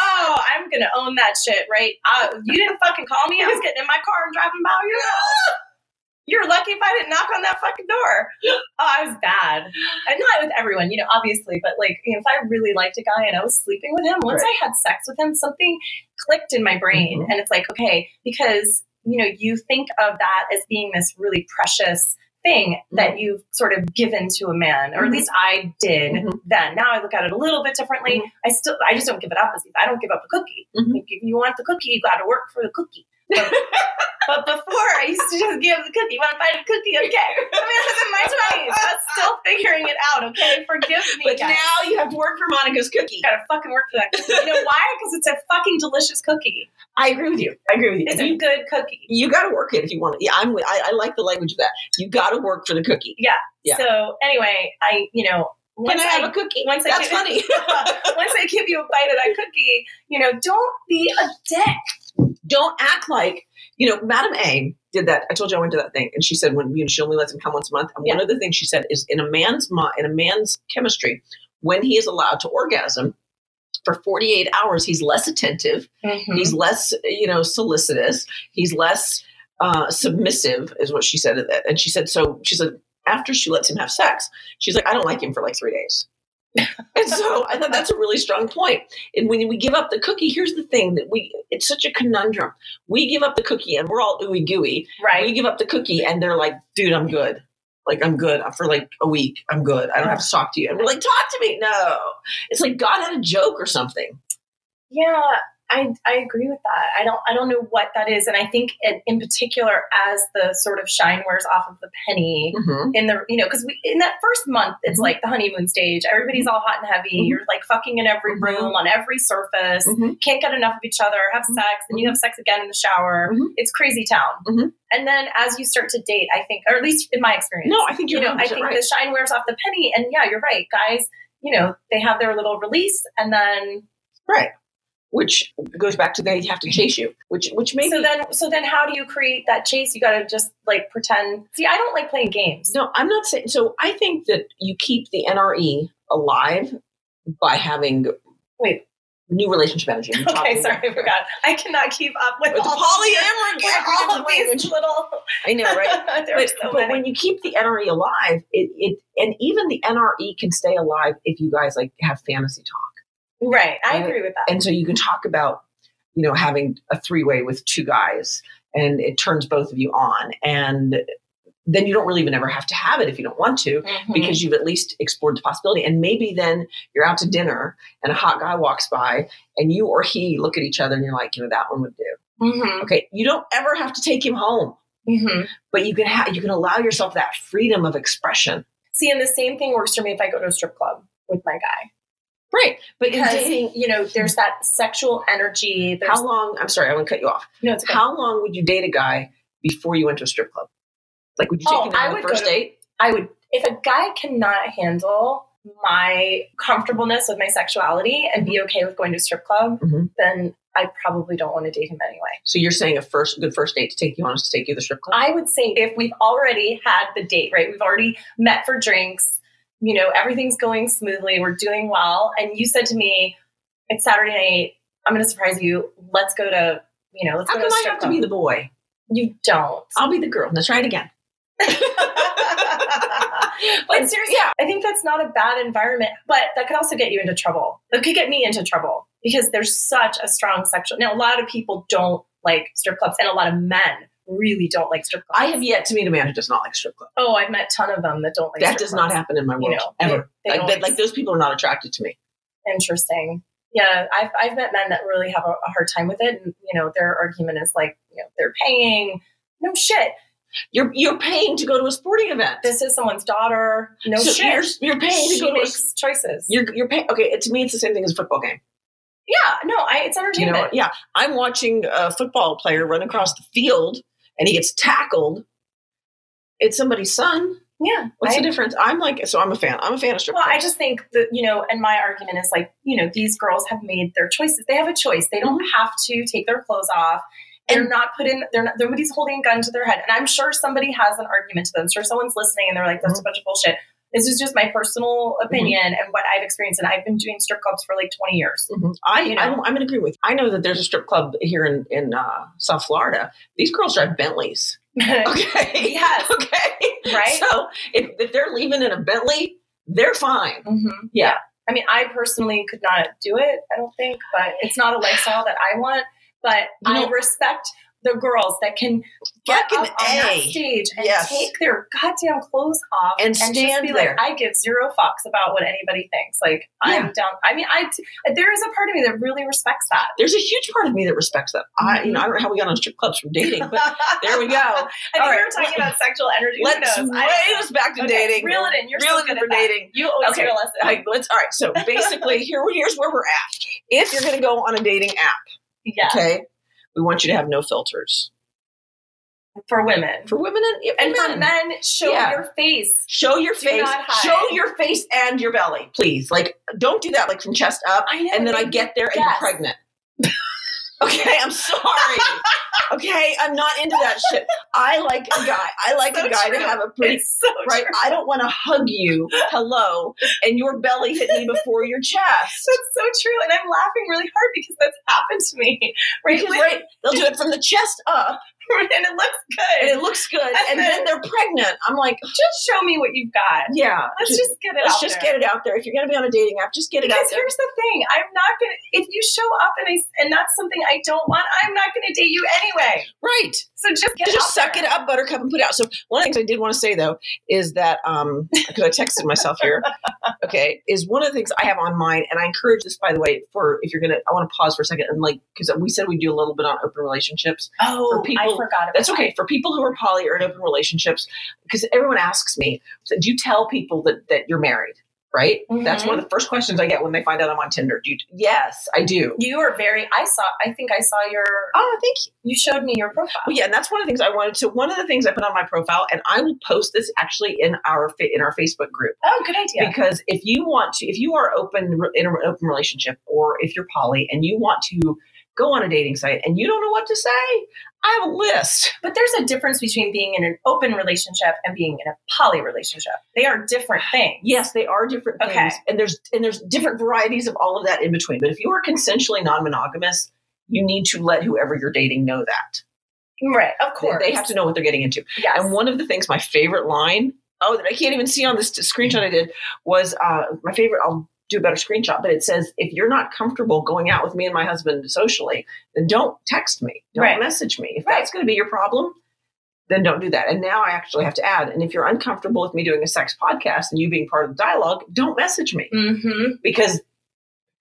Speaker 3: oh, I'm going to own that shit, right? Uh, you didn't fucking call me. I was getting in my car and driving by your house. You're lucky if I didn't knock on that fucking door. Oh, I was bad. And not with everyone, you know, obviously, but like, you know, if I really liked a guy and I was sleeping with him, once I had sex with him, something clicked in my brain. And it's like, okay, because, you know, you think of that as being this really precious thing that you've sort of given to a man, or at
Speaker 2: Mhm.
Speaker 3: least I did
Speaker 2: Mhm.
Speaker 3: then. Now I look at it a little bit differently. I still, I just don't give it up as I don't give up the cookie.
Speaker 2: Mhm.
Speaker 3: Like, if you want the cookie, you got to work for the cookie. But, but before, I used to just give the cookie. You want to buy the cookie? Okay. I mean, I was in my twenties. I was still figuring it out. Okay, forgive me.
Speaker 2: But
Speaker 3: guys.
Speaker 2: now you have to work for Monica's cookie.
Speaker 3: you gotta fucking work for that. Cookie. You know why? Because it's a fucking delicious cookie.
Speaker 2: I agree with you. I agree with you.
Speaker 3: It's a
Speaker 2: you
Speaker 3: good cookie.
Speaker 2: you got to work it if you want it. Yeah, I'm. with- I, I like the language of that. You got to work for the cookie. Yeah.
Speaker 3: So anyway, I you know
Speaker 2: Can
Speaker 3: once
Speaker 2: I have a cookie?
Speaker 3: once I
Speaker 2: That's
Speaker 3: get-
Speaker 2: funny.
Speaker 3: once I give you a bite of that cookie, you know, don't be a dick.
Speaker 2: Don't act like you know. Madam A did that. I told you I went to that thing, and she said when you know, she only lets him come once a month. And one of the things she said is in a man's mind, in a man's chemistry, when he is allowed to orgasm for 48 hours, he's less attentive. He's
Speaker 3: Mm-hmm.
Speaker 2: less, you know, solicitous. He's less uh, submissive, is what she said. And she said, so she said, after she lets him have sex, she's like, I don't like him for like three days. and so I thought that's a really strong point. And when we give up the cookie, here's the thing that we, it's such a conundrum. We give up the cookie and we're all ooey gooey. We
Speaker 3: Right.
Speaker 2: give up the cookie and they're like, dude, I'm good. Like, I'm good for like a week. I'm good. I don't have to talk to you. And we're like, talk to me. No. It's like God had a joke or something.
Speaker 3: Yeah, I I agree with that. I don't I don't know what that is, and I think in, in particular as the sort of shine wears off of the penny.
Speaker 2: Mm-hmm.
Speaker 3: In the you know because we in that first month it's like the honeymoon stage everybody's all hot and heavy
Speaker 2: Mhm.
Speaker 3: you're like fucking in
Speaker 2: Mhm.
Speaker 3: every room on every surface
Speaker 2: Mhm.
Speaker 3: can't get enough of each other have
Speaker 2: Mhm.
Speaker 3: sex and you have sex again in the shower
Speaker 2: Mhm.
Speaker 3: it's crazy town
Speaker 2: Mhm.
Speaker 3: and then as you start to date I think or at least in my experience
Speaker 2: No, I think
Speaker 3: you
Speaker 2: you're
Speaker 3: know, I
Speaker 2: 100%
Speaker 3: think
Speaker 2: right.
Speaker 3: the shine wears off the penny. And yeah, you're right. Guys, you know, they have their little release and then
Speaker 2: which goes back to they have to chase you, which which maybe
Speaker 3: so then so then how do you create that chase? You gotta just like pretend see, I don't like playing games.
Speaker 2: no, I'm not saying. So I think that you keep the NRE alive by having
Speaker 3: Wait.
Speaker 2: new relationship energy. You talked
Speaker 3: Okay,
Speaker 2: about-
Speaker 3: sorry, I forgot. I cannot keep up with,
Speaker 2: With
Speaker 3: all
Speaker 2: polyamory,
Speaker 3: with all of
Speaker 2: language.
Speaker 3: these little
Speaker 2: I know, right?
Speaker 3: there are
Speaker 2: But,
Speaker 3: so
Speaker 2: but
Speaker 3: many.
Speaker 2: when you keep the NRE alive, it, it and even the NRE can stay alive if you guys like have fantasy talk,
Speaker 3: right, I
Speaker 2: Right.
Speaker 3: agree with that.
Speaker 2: and so you can talk about you know having a three way with two guys, and it turns both of you on, and then you don't really even ever have to have it if you don't want to.
Speaker 3: Mhm.
Speaker 2: because you've at least explored the possibility. And maybe then you're out to dinner and a hot guy walks by and you or he look at each other and you're like, you know, that one would do.
Speaker 3: Mhm.
Speaker 2: Okay. You don't ever have to take him home,
Speaker 3: Mhm.
Speaker 2: but you can ha- you can allow yourself that freedom of expression.
Speaker 3: see, and the same thing works for me if I go to a strip club with my guy.
Speaker 2: Right. But in
Speaker 3: Because
Speaker 2: dating,
Speaker 3: you know, there's that sexual energy. There's
Speaker 2: how long, I'm sorry, I want to cut you off.
Speaker 3: no, it's okay.
Speaker 2: How long would you date a guy before you went to a strip club? Like, would you take
Speaker 3: Oh,
Speaker 2: him
Speaker 3: I
Speaker 2: on the
Speaker 3: would
Speaker 2: first
Speaker 3: go to-
Speaker 2: date?
Speaker 3: I would if a guy cannot handle my comfortableness with my sexuality and
Speaker 2: Mm-hmm.
Speaker 3: be okay with going to a strip club,
Speaker 2: Mhm.
Speaker 3: then I probably don't want to date him anyway.
Speaker 2: So you're saying a first good first date to take you on is to take you to the strip club?
Speaker 3: I would say if we've already had the date, right? We've already met for drinks, you know, everything's going smoothly, we're doing well, and you said to me, It's Saturday night, I'm gonna surprise you, let's go to you know, let's
Speaker 2: How
Speaker 3: go to
Speaker 2: come
Speaker 3: a
Speaker 2: I
Speaker 3: strip
Speaker 2: have to
Speaker 3: club.
Speaker 2: be the boy?
Speaker 3: you don't.
Speaker 2: I'll be the girl. Now try it again.
Speaker 3: but seriously, I think that's not a bad environment, but that could also get you into trouble. It could get me into trouble because there's such a strong sexual. Now, a lot of people don't like strip clubs, and a lot of men really don't like strip clubs.
Speaker 2: I have yet to meet a man who does not like strip clubs.
Speaker 3: Oh, I've met a ton of them that don't like.
Speaker 2: that
Speaker 3: strip
Speaker 2: does
Speaker 3: clubs.
Speaker 2: not happen in my
Speaker 3: You
Speaker 2: world
Speaker 3: know,
Speaker 2: ever.
Speaker 3: They, they
Speaker 2: like,
Speaker 3: don't
Speaker 2: that, like those people are not attracted to me.
Speaker 3: interesting. Yeah, I've I've met men that really have a, a hard time with it, and you know their argument is like, you know, they're paying. No shit.
Speaker 2: You're you're paying to go to a sporting event.
Speaker 3: This is someone's daughter. No
Speaker 2: So
Speaker 3: shit.
Speaker 2: you're, you're paying to
Speaker 3: she
Speaker 2: go to a,
Speaker 3: makes choices.
Speaker 2: you're you're paying. Okay, to me, it's the same thing as a football game.
Speaker 3: yeah, no, I, it's
Speaker 2: You
Speaker 3: entertainment.
Speaker 2: know, yeah, I'm watching a football player run across the field and he gets tackled. It's somebody's son.
Speaker 3: yeah.
Speaker 2: What's
Speaker 3: I-
Speaker 2: the difference? I'm like, so I'm a fan. I'm a fan of strip
Speaker 3: well, I
Speaker 2: clubs.
Speaker 3: just think that, you know, and my argument is like, you know, these girls have made their choices. They have a choice. They don't
Speaker 2: Mm-hmm.
Speaker 3: have to take their clothes off. They're not put in, they're not, nobody's holding a gun to their head. And I'm sure somebody has an argument to them. I'm sure someone's listening and they're like,
Speaker 2: Mm-hmm.
Speaker 3: that's a bunch of bullshit. This is just my personal opinion and what I've experienced. And I've been doing strip clubs for like 20 years.
Speaker 2: Mhm. I,
Speaker 3: you know.
Speaker 2: I'm, I'm in agreement with. I know that there's a strip club here in in uh, South Florida. These girls drive Bentleys. Okay.
Speaker 3: Yes.
Speaker 2: Okay.
Speaker 3: right?
Speaker 2: So if, if they're leaving in a Bentley, they're fine.
Speaker 3: Mm-hmm.
Speaker 2: Yeah.
Speaker 3: I mean, I personally could not do it, I don't think, but it's not a lifestyle that I want. But
Speaker 2: You know-
Speaker 3: I respect the girls that can get
Speaker 2: Fucking
Speaker 3: up on that
Speaker 2: A.
Speaker 3: stage and
Speaker 2: Yes.
Speaker 3: take their goddamn clothes off
Speaker 2: And
Speaker 3: just
Speaker 2: stand
Speaker 3: be
Speaker 2: there.
Speaker 3: like, I give zero fucks about what anybody thinks. Like, I'm down. I mean, I there is a part of me that really respects that.
Speaker 2: There's a huge part of me that respects that. I, you know, I don't know how we got on strip clubs from dating, but there we go.
Speaker 3: I think
Speaker 2: All
Speaker 3: we
Speaker 2: right.
Speaker 3: were talking about sexual energy. Who
Speaker 2: let's
Speaker 3: knows? I
Speaker 2: way
Speaker 3: don't
Speaker 2: us back to
Speaker 3: know. Okay,
Speaker 2: dating.
Speaker 3: Reel it in. You're
Speaker 2: Reel
Speaker 3: so
Speaker 2: it in
Speaker 3: good
Speaker 2: for
Speaker 3: at that.
Speaker 2: dating.
Speaker 3: You always
Speaker 2: Okay.
Speaker 3: reel us in.
Speaker 2: Like, let's all right. So basically, here here's where we're at. If you're going to go on a dating app,
Speaker 3: yeah,
Speaker 2: okay, we want you to have no filters
Speaker 3: for women.
Speaker 2: for women and,
Speaker 3: And for men, show
Speaker 2: Yeah.
Speaker 3: your face.
Speaker 2: Show your
Speaker 3: Do
Speaker 2: face.
Speaker 3: not hide.
Speaker 2: Show your face and your belly, please. Like, don't do that. Like from chest up,
Speaker 3: I know.
Speaker 2: and then I get there and
Speaker 3: Yes.
Speaker 2: you're pregnant. okay, I'm sorry. okay, I'm not into that shit. I like a guy. I like
Speaker 3: So
Speaker 2: a guy
Speaker 3: true.
Speaker 2: to have a pretty
Speaker 3: It's so
Speaker 2: right?
Speaker 3: true.
Speaker 2: I don't want to hug you, hello, and your belly hit me before your chest.
Speaker 3: That's so true. And I'm laughing really hard because that's happened to me. Right?
Speaker 2: Because,
Speaker 3: When-
Speaker 2: right, they'll do it from the chest up,
Speaker 3: and it looks
Speaker 2: and it
Speaker 3: good.
Speaker 2: looks good, and then they're pregnant. I'm like,
Speaker 3: Just show me what you've got.
Speaker 2: yeah,
Speaker 3: Let's just get it
Speaker 2: let's
Speaker 3: out
Speaker 2: just
Speaker 3: there.
Speaker 2: get it out there. If you're gonna be on a dating app, just get it out
Speaker 3: because
Speaker 2: there.
Speaker 3: here's the thing, I'm not gonna. If you show up and I s- and that's something I don't want, I'm not gonna date you anyway.
Speaker 2: Right,
Speaker 3: So just get
Speaker 2: just
Speaker 3: out
Speaker 2: suck
Speaker 3: there.
Speaker 2: it up, Buttercup, and put it out. So one of the things I did want to say though is that um because I texted myself here, okay, is one of the things I have on mine, and I encourage this by the way for if you're gonna. I want to pause for a second and like because we said we do a little bit on open relationships.
Speaker 3: Oh,
Speaker 2: for people-
Speaker 3: I forgot about
Speaker 2: That's okay for people who are poly or in open relationships, because everyone asks me, so "Do you tell people that that you're married?" Right? That's
Speaker 3: Mhm.
Speaker 2: one of the first questions I get when they find out I'm on Tinder. Do you? Yes, I do.
Speaker 3: that. You are very. I saw. I think I saw your.
Speaker 2: Oh, thank you.
Speaker 3: You showed me your profile.
Speaker 2: Well, yeah, and that's one of the things I wanted to. One of the things I put on my profile, and I will post this actually in our fa- in our Facebook group
Speaker 3: Oh, good idea.
Speaker 2: because if you want to, if you are open in an open relationship, or if you're poly and you want to go on a dating site and you don't know what to say, I have a list.
Speaker 3: But there's a difference between being in an open relationship and being in a poly relationship. They are different things.
Speaker 2: Yes, they are different things,
Speaker 3: Okay.
Speaker 2: and there's and there's different varieties of all of that in between. But if you are consensually non-monogamous, you need to let whoever you're dating know that.
Speaker 3: Right, of
Speaker 2: They-
Speaker 3: course.
Speaker 2: They have to know what they're getting into.
Speaker 3: Yes.
Speaker 2: And one of the things, my favorite line, oh, that I can't even see on this screenshot I did was uh, my favorite. I'll do a better screenshot, but it says, "If you're not comfortable going out with me and my husband socially, then don't text me, don't
Speaker 3: Right.
Speaker 2: message me. If
Speaker 3: Right.
Speaker 2: that's going to be your problem." Then don't do that. And now I actually have to add, and if you're uncomfortable with me doing a sex podcast and you being part of the dialogue, don't message me
Speaker 3: mm-hmm.
Speaker 2: because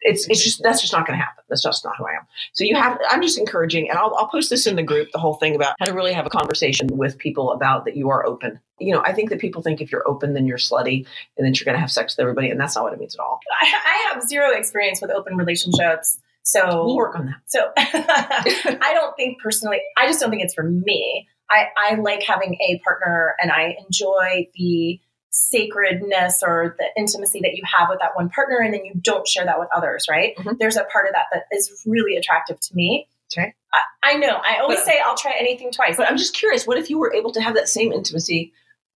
Speaker 2: it's it's just that's just not going to happen. That's just not who I am. So you have I'm just encouraging, and I'll I'll post this in the group the whole thing about how to really have a conversation with people about that you are open. You know, I think that people think if you're open, then you're slutty, and that you're going to have sex with everybody, and that's not what it means at all.
Speaker 3: I, I have zero experience with open relationships,
Speaker 2: We'll
Speaker 3: so
Speaker 2: work on that.
Speaker 3: so I don't think personally. I just don't think it's for me. I I like having a partner, and I enjoy the sacredness or the intimacy that you have with that one partner, and then you don't share that with others. Right?
Speaker 2: Mhm.
Speaker 3: There's a part of that that is really attractive to me.
Speaker 2: Okay.
Speaker 3: I, I know. I always
Speaker 2: But-
Speaker 3: say I'll try anything twice.
Speaker 2: But I'm just curious, what if you were able to have that same intimacy?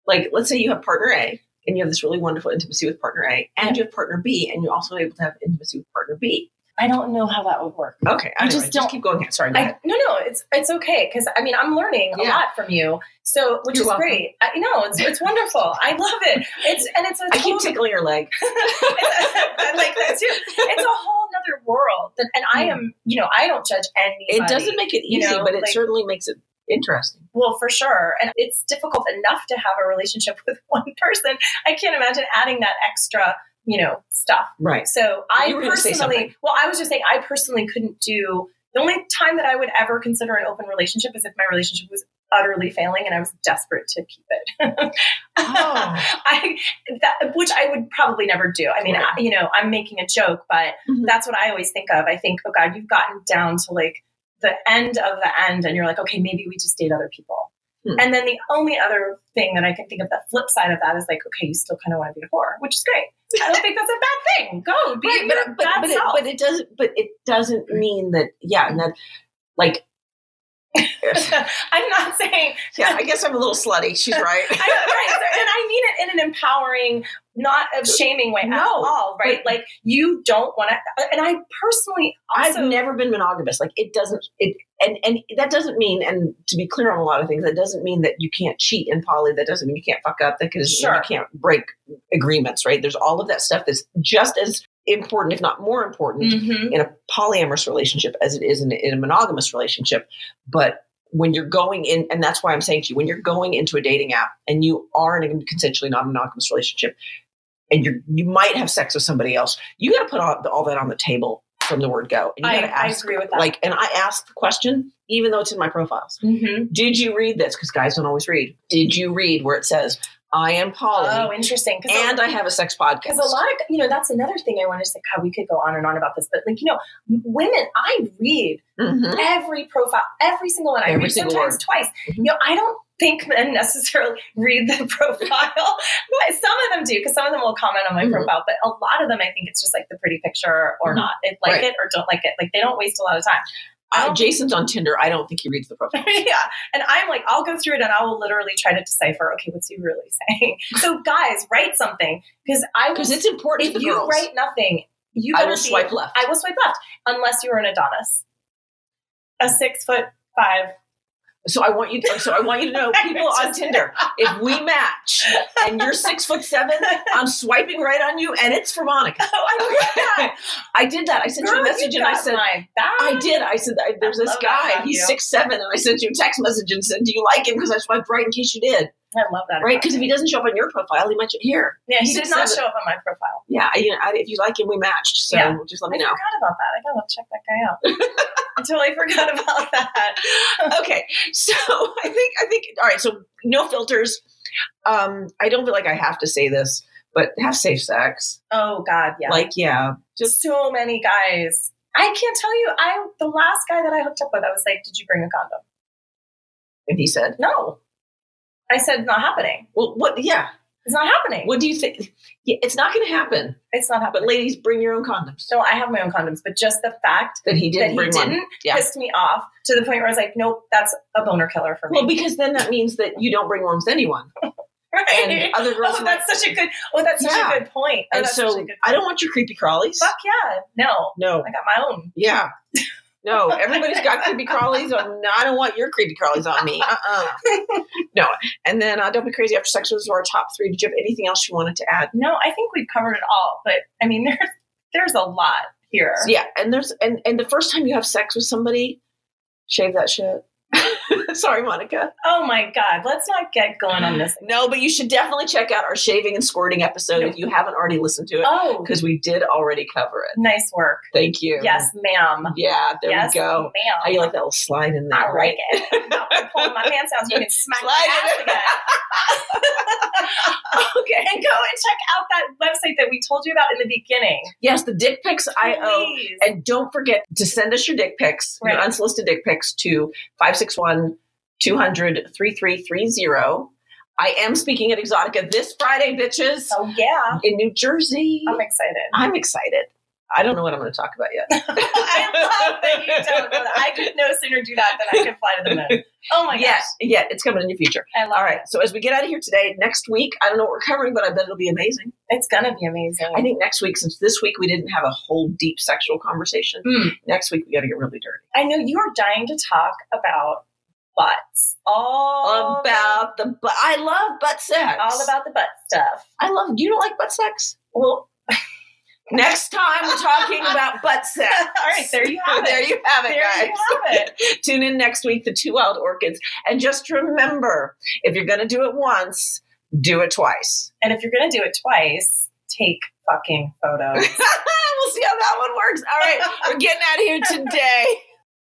Speaker 2: Like, let's say you have partner A, and you have this really wonderful intimacy with partner A, and you have partner B, and you're also able to have intimacy with partner B.
Speaker 3: I don't know how that would work.
Speaker 2: Okay, I
Speaker 3: just
Speaker 2: just,
Speaker 3: don't-
Speaker 2: just keep going. Sorry, go
Speaker 3: I,
Speaker 2: ahead.
Speaker 3: no, no, it's it's okay because I mean I'm learning a
Speaker 2: Yeah.
Speaker 3: lot from you, so which
Speaker 2: You're
Speaker 3: is
Speaker 2: welcome.
Speaker 3: great. I know it's it's wonderful. I love it. It's and it's a
Speaker 2: I keep
Speaker 3: whole-
Speaker 2: tickling your leg.
Speaker 3: I like that too. It's a whole other world, that, and I am you know I don't judge anybody.
Speaker 2: Hmm. It doesn't make it
Speaker 3: you
Speaker 2: easy,
Speaker 3: know,
Speaker 2: but it
Speaker 3: like-
Speaker 2: certainly makes it interesting.
Speaker 3: well for sure, and it's difficult enough to have a relationship with one person. I can't imagine adding that extra you know stuff.
Speaker 2: Right.
Speaker 3: So I
Speaker 2: You were gonna say
Speaker 3: personally,
Speaker 2: something.
Speaker 3: well, I was just saying, I personally couldn't do. The only time that I would ever consider an open relationship is if my relationship was utterly failing and I was desperate to keep it. I that, which I would probably never do. I mean,
Speaker 2: Ah. Right. Mm-hmm.
Speaker 3: I, you know, I'm making a joke, but
Speaker 4: Mhm.
Speaker 3: that's what I always think of. I think, oh God, you've gotten down to like the end of the end, and you're like, okay, maybe we just date other people.
Speaker 2: Hmm.
Speaker 3: And then the only other thing that I can think of, the flip side of that is like, okay, you still kind of want to be a whore, which is great. I don't think that's a bad thing. Go be
Speaker 2: right,
Speaker 3: your
Speaker 2: but but,
Speaker 3: bad
Speaker 2: but, it,
Speaker 3: self.
Speaker 2: but it doesn't but it doesn't mean that yeah and that like
Speaker 3: I'm not saying
Speaker 2: yeah I guess I'm a little slutty she's right
Speaker 3: I, right, so- and I mean it in an empowering, not of shaming way at
Speaker 2: No,
Speaker 3: all, right? Like you don't want to, and I personally also
Speaker 2: I've never been monogamous like it doesn't it and and that doesn't mean and to be clear on a lot of things that doesn't mean that you can't cheat in poly that doesn't mean you can't fuck up that doesn't mean
Speaker 3: Sure.
Speaker 2: you can't break agreements right there's all of that stuff that's just as important if not more important
Speaker 3: Mhm.
Speaker 2: in a polyamorous relationship as it is in, in a monogamous relationship. But when you're going in, and that's why I'm saying to you, when you're going into a dating app and you are in a consensually non-monogamous relationship, and you you might have sex with somebody else, you got to put all, all that on the table from the word go. And you
Speaker 3: I,
Speaker 2: gotta
Speaker 3: I
Speaker 2: ask,
Speaker 3: agree with that.
Speaker 2: like, and I ask the question, even though it's in my profiles.
Speaker 3: Mhm.
Speaker 2: Did you read this? Because guys don't always read. Did you read where it says I am poly
Speaker 3: oh, interesting. Cause
Speaker 2: and I have a sex podcast?
Speaker 3: because a lot of you know that's another thing I want to say. God, we could go on and on about this, but like you know, women, I read
Speaker 2: Mhm.
Speaker 3: every profile, every single one. I
Speaker 2: Every
Speaker 3: read
Speaker 2: single
Speaker 3: sometimes
Speaker 2: word. Mm-hmm.
Speaker 3: twice. You know, I don't think men necessarily read the profile. But some of them do because some of them will comment on my
Speaker 2: Mhm.
Speaker 3: profile, but a lot of them, I think it's just like the pretty picture or
Speaker 2: Mhm.
Speaker 3: not. It, like
Speaker 2: Right.
Speaker 3: it or don't like it. Like they don't waste a lot of time.
Speaker 2: Uh, Jason's on Tinder. I don't think he reads the profile.
Speaker 3: yeah, and I'm like, I'll go through it and I will literally try to decipher. Okay, what's he really saying? so guys, write something because I will.
Speaker 2: because it's important for
Speaker 3: If you
Speaker 2: girls.
Speaker 3: write nothing, you
Speaker 2: I
Speaker 3: better
Speaker 2: will
Speaker 3: be-
Speaker 2: swipe left.
Speaker 3: I will swipe left unless you're an Adonis, a six foot five.
Speaker 2: so I want you. So I want you to know, people on
Speaker 3: Just-
Speaker 2: Tinder, if we match and you're six foot seven, I'm swiping right on you, and it's for Monica.
Speaker 3: Oh, I love that.
Speaker 2: I did that. I sent you
Speaker 3: Girl,
Speaker 2: a message,
Speaker 3: you
Speaker 2: and I
Speaker 3: got
Speaker 2: said.
Speaker 3: my back.
Speaker 2: I did. I said I, there's
Speaker 3: I
Speaker 2: this
Speaker 3: love that
Speaker 2: guy.
Speaker 3: about
Speaker 2: He's
Speaker 3: you.
Speaker 2: six seven, and I sent you a text message and said, "Do you like him?" Because I swiped right in case you did,
Speaker 3: I love that.
Speaker 2: right?
Speaker 3: about
Speaker 2: Because if
Speaker 3: you.
Speaker 2: he doesn't show up on your profile, he might here.
Speaker 3: yeah, he
Speaker 2: he's
Speaker 3: did
Speaker 2: six
Speaker 3: not
Speaker 2: seven.
Speaker 3: show up on my profile.
Speaker 2: Yeah, I, you know, I, if you like him, we matched. So
Speaker 3: Yeah.
Speaker 2: just let
Speaker 3: I
Speaker 2: me know.
Speaker 3: forgot about that. I gotta check that guy out. I totally forgot about that.
Speaker 2: okay so i think i think all right so no filters um i don't feel like i have to say this but have safe sex
Speaker 3: Oh God, yeah.
Speaker 2: like yeah
Speaker 3: just so many guys. I can't tell you. I the last guy that I hooked up with, I was like, "Did you bring a condom?"
Speaker 2: and he said
Speaker 3: No, I said, "Not happening.
Speaker 2: well what yeah
Speaker 3: It's not happening.
Speaker 2: what do you think yeah, it's not going to happen
Speaker 3: It's not
Speaker 2: but
Speaker 3: happening."
Speaker 2: ladies bring your own condoms
Speaker 3: So I have my own condoms, but just the fact
Speaker 2: that he didn't
Speaker 3: that
Speaker 2: bring
Speaker 3: he
Speaker 2: one
Speaker 3: didn't
Speaker 2: Yeah.
Speaker 3: pissed me off to the point where I was like, "Nope, that's a boner killer for me."
Speaker 2: well because then that means that you don't bring worms to anyone
Speaker 3: right?
Speaker 2: and other girls
Speaker 3: oh,
Speaker 2: are like-
Speaker 3: that's such a good. Oh, that's such
Speaker 2: Yeah.
Speaker 3: a good point. Oh,
Speaker 2: and
Speaker 3: that's such
Speaker 2: so
Speaker 3: a good
Speaker 2: i don't want your creepy crawlies
Speaker 3: Fuck yeah, no.
Speaker 2: no
Speaker 3: I got my own.
Speaker 2: yeah no, everybody's got creepy crawlies on. No, I don't want your creepy crawlies on me. Uh-uh. No. And then uh, Don't Be Crazy After Sex was our top three. Did you have anything else you wanted to add?
Speaker 3: No, I think we've covered it all. But I mean, there's there's a lot here.
Speaker 2: So, yeah. And there's and, and the first time you have sex with somebody, shave that shit. Sorry, Monica.
Speaker 3: Oh my God, let's not get going on this.
Speaker 2: No, but you should definitely check out our shaving and squirting episode if you haven't already listened to it
Speaker 3: Oh,
Speaker 2: because we did already cover it.
Speaker 3: nice work.
Speaker 2: Thank you.
Speaker 3: Yes, ma'am.
Speaker 2: Yeah, there
Speaker 3: yes,
Speaker 2: we go.
Speaker 3: ma'am.
Speaker 2: How you like that little slide in there?
Speaker 3: I like it. I'm pulling my pants down so you can smack my
Speaker 2: Slide
Speaker 3: ass
Speaker 2: it.
Speaker 3: again. okay, and go and check out that website that we told you about in the beginning.
Speaker 2: Yes, the dick pics I owe.
Speaker 3: Please.
Speaker 2: And don't forget to send us your dick pics, your
Speaker 3: Right.
Speaker 2: unsolicited dick pics to 561 200 3330. I am speaking at Exotica this Friday, bitches,
Speaker 3: oh yeah,
Speaker 2: in New Jersey.
Speaker 3: I'm excited.
Speaker 2: I'm excited. I don't know what I'm going to talk about yet.
Speaker 3: I love that you don't know that. I could no sooner do that than I could fly to the moon. Oh my
Speaker 2: yeah,
Speaker 3: gosh,
Speaker 2: yeah, it's coming in your future.
Speaker 3: I love
Speaker 2: All right.
Speaker 3: it.
Speaker 2: So as we get out of here today, next week, I don't know what we're covering, but I bet it'll be amazing.
Speaker 3: It's gonna be amazing.
Speaker 2: I think next week, since this week we didn't have a whole deep sexual conversation,
Speaker 3: Mm.
Speaker 2: next week we got to get really dirty.
Speaker 3: I know you are dying to talk about butts. All
Speaker 2: about the butt. I love butt sex.
Speaker 3: all about the butt stuff.
Speaker 2: I love. You don't like butt sex?
Speaker 3: Well,
Speaker 2: Next time we're talking about butt sex.
Speaker 3: all right, there you have it.
Speaker 2: There you have it,
Speaker 3: There
Speaker 2: guys.
Speaker 3: you have it.
Speaker 2: Tune in next week to Two Wild Orchids, and just remember, if you're going to do it once, do it twice.
Speaker 3: And if you're going to do it twice, take fucking photos.
Speaker 2: we'll see how that one works. All right, we're getting out of here today.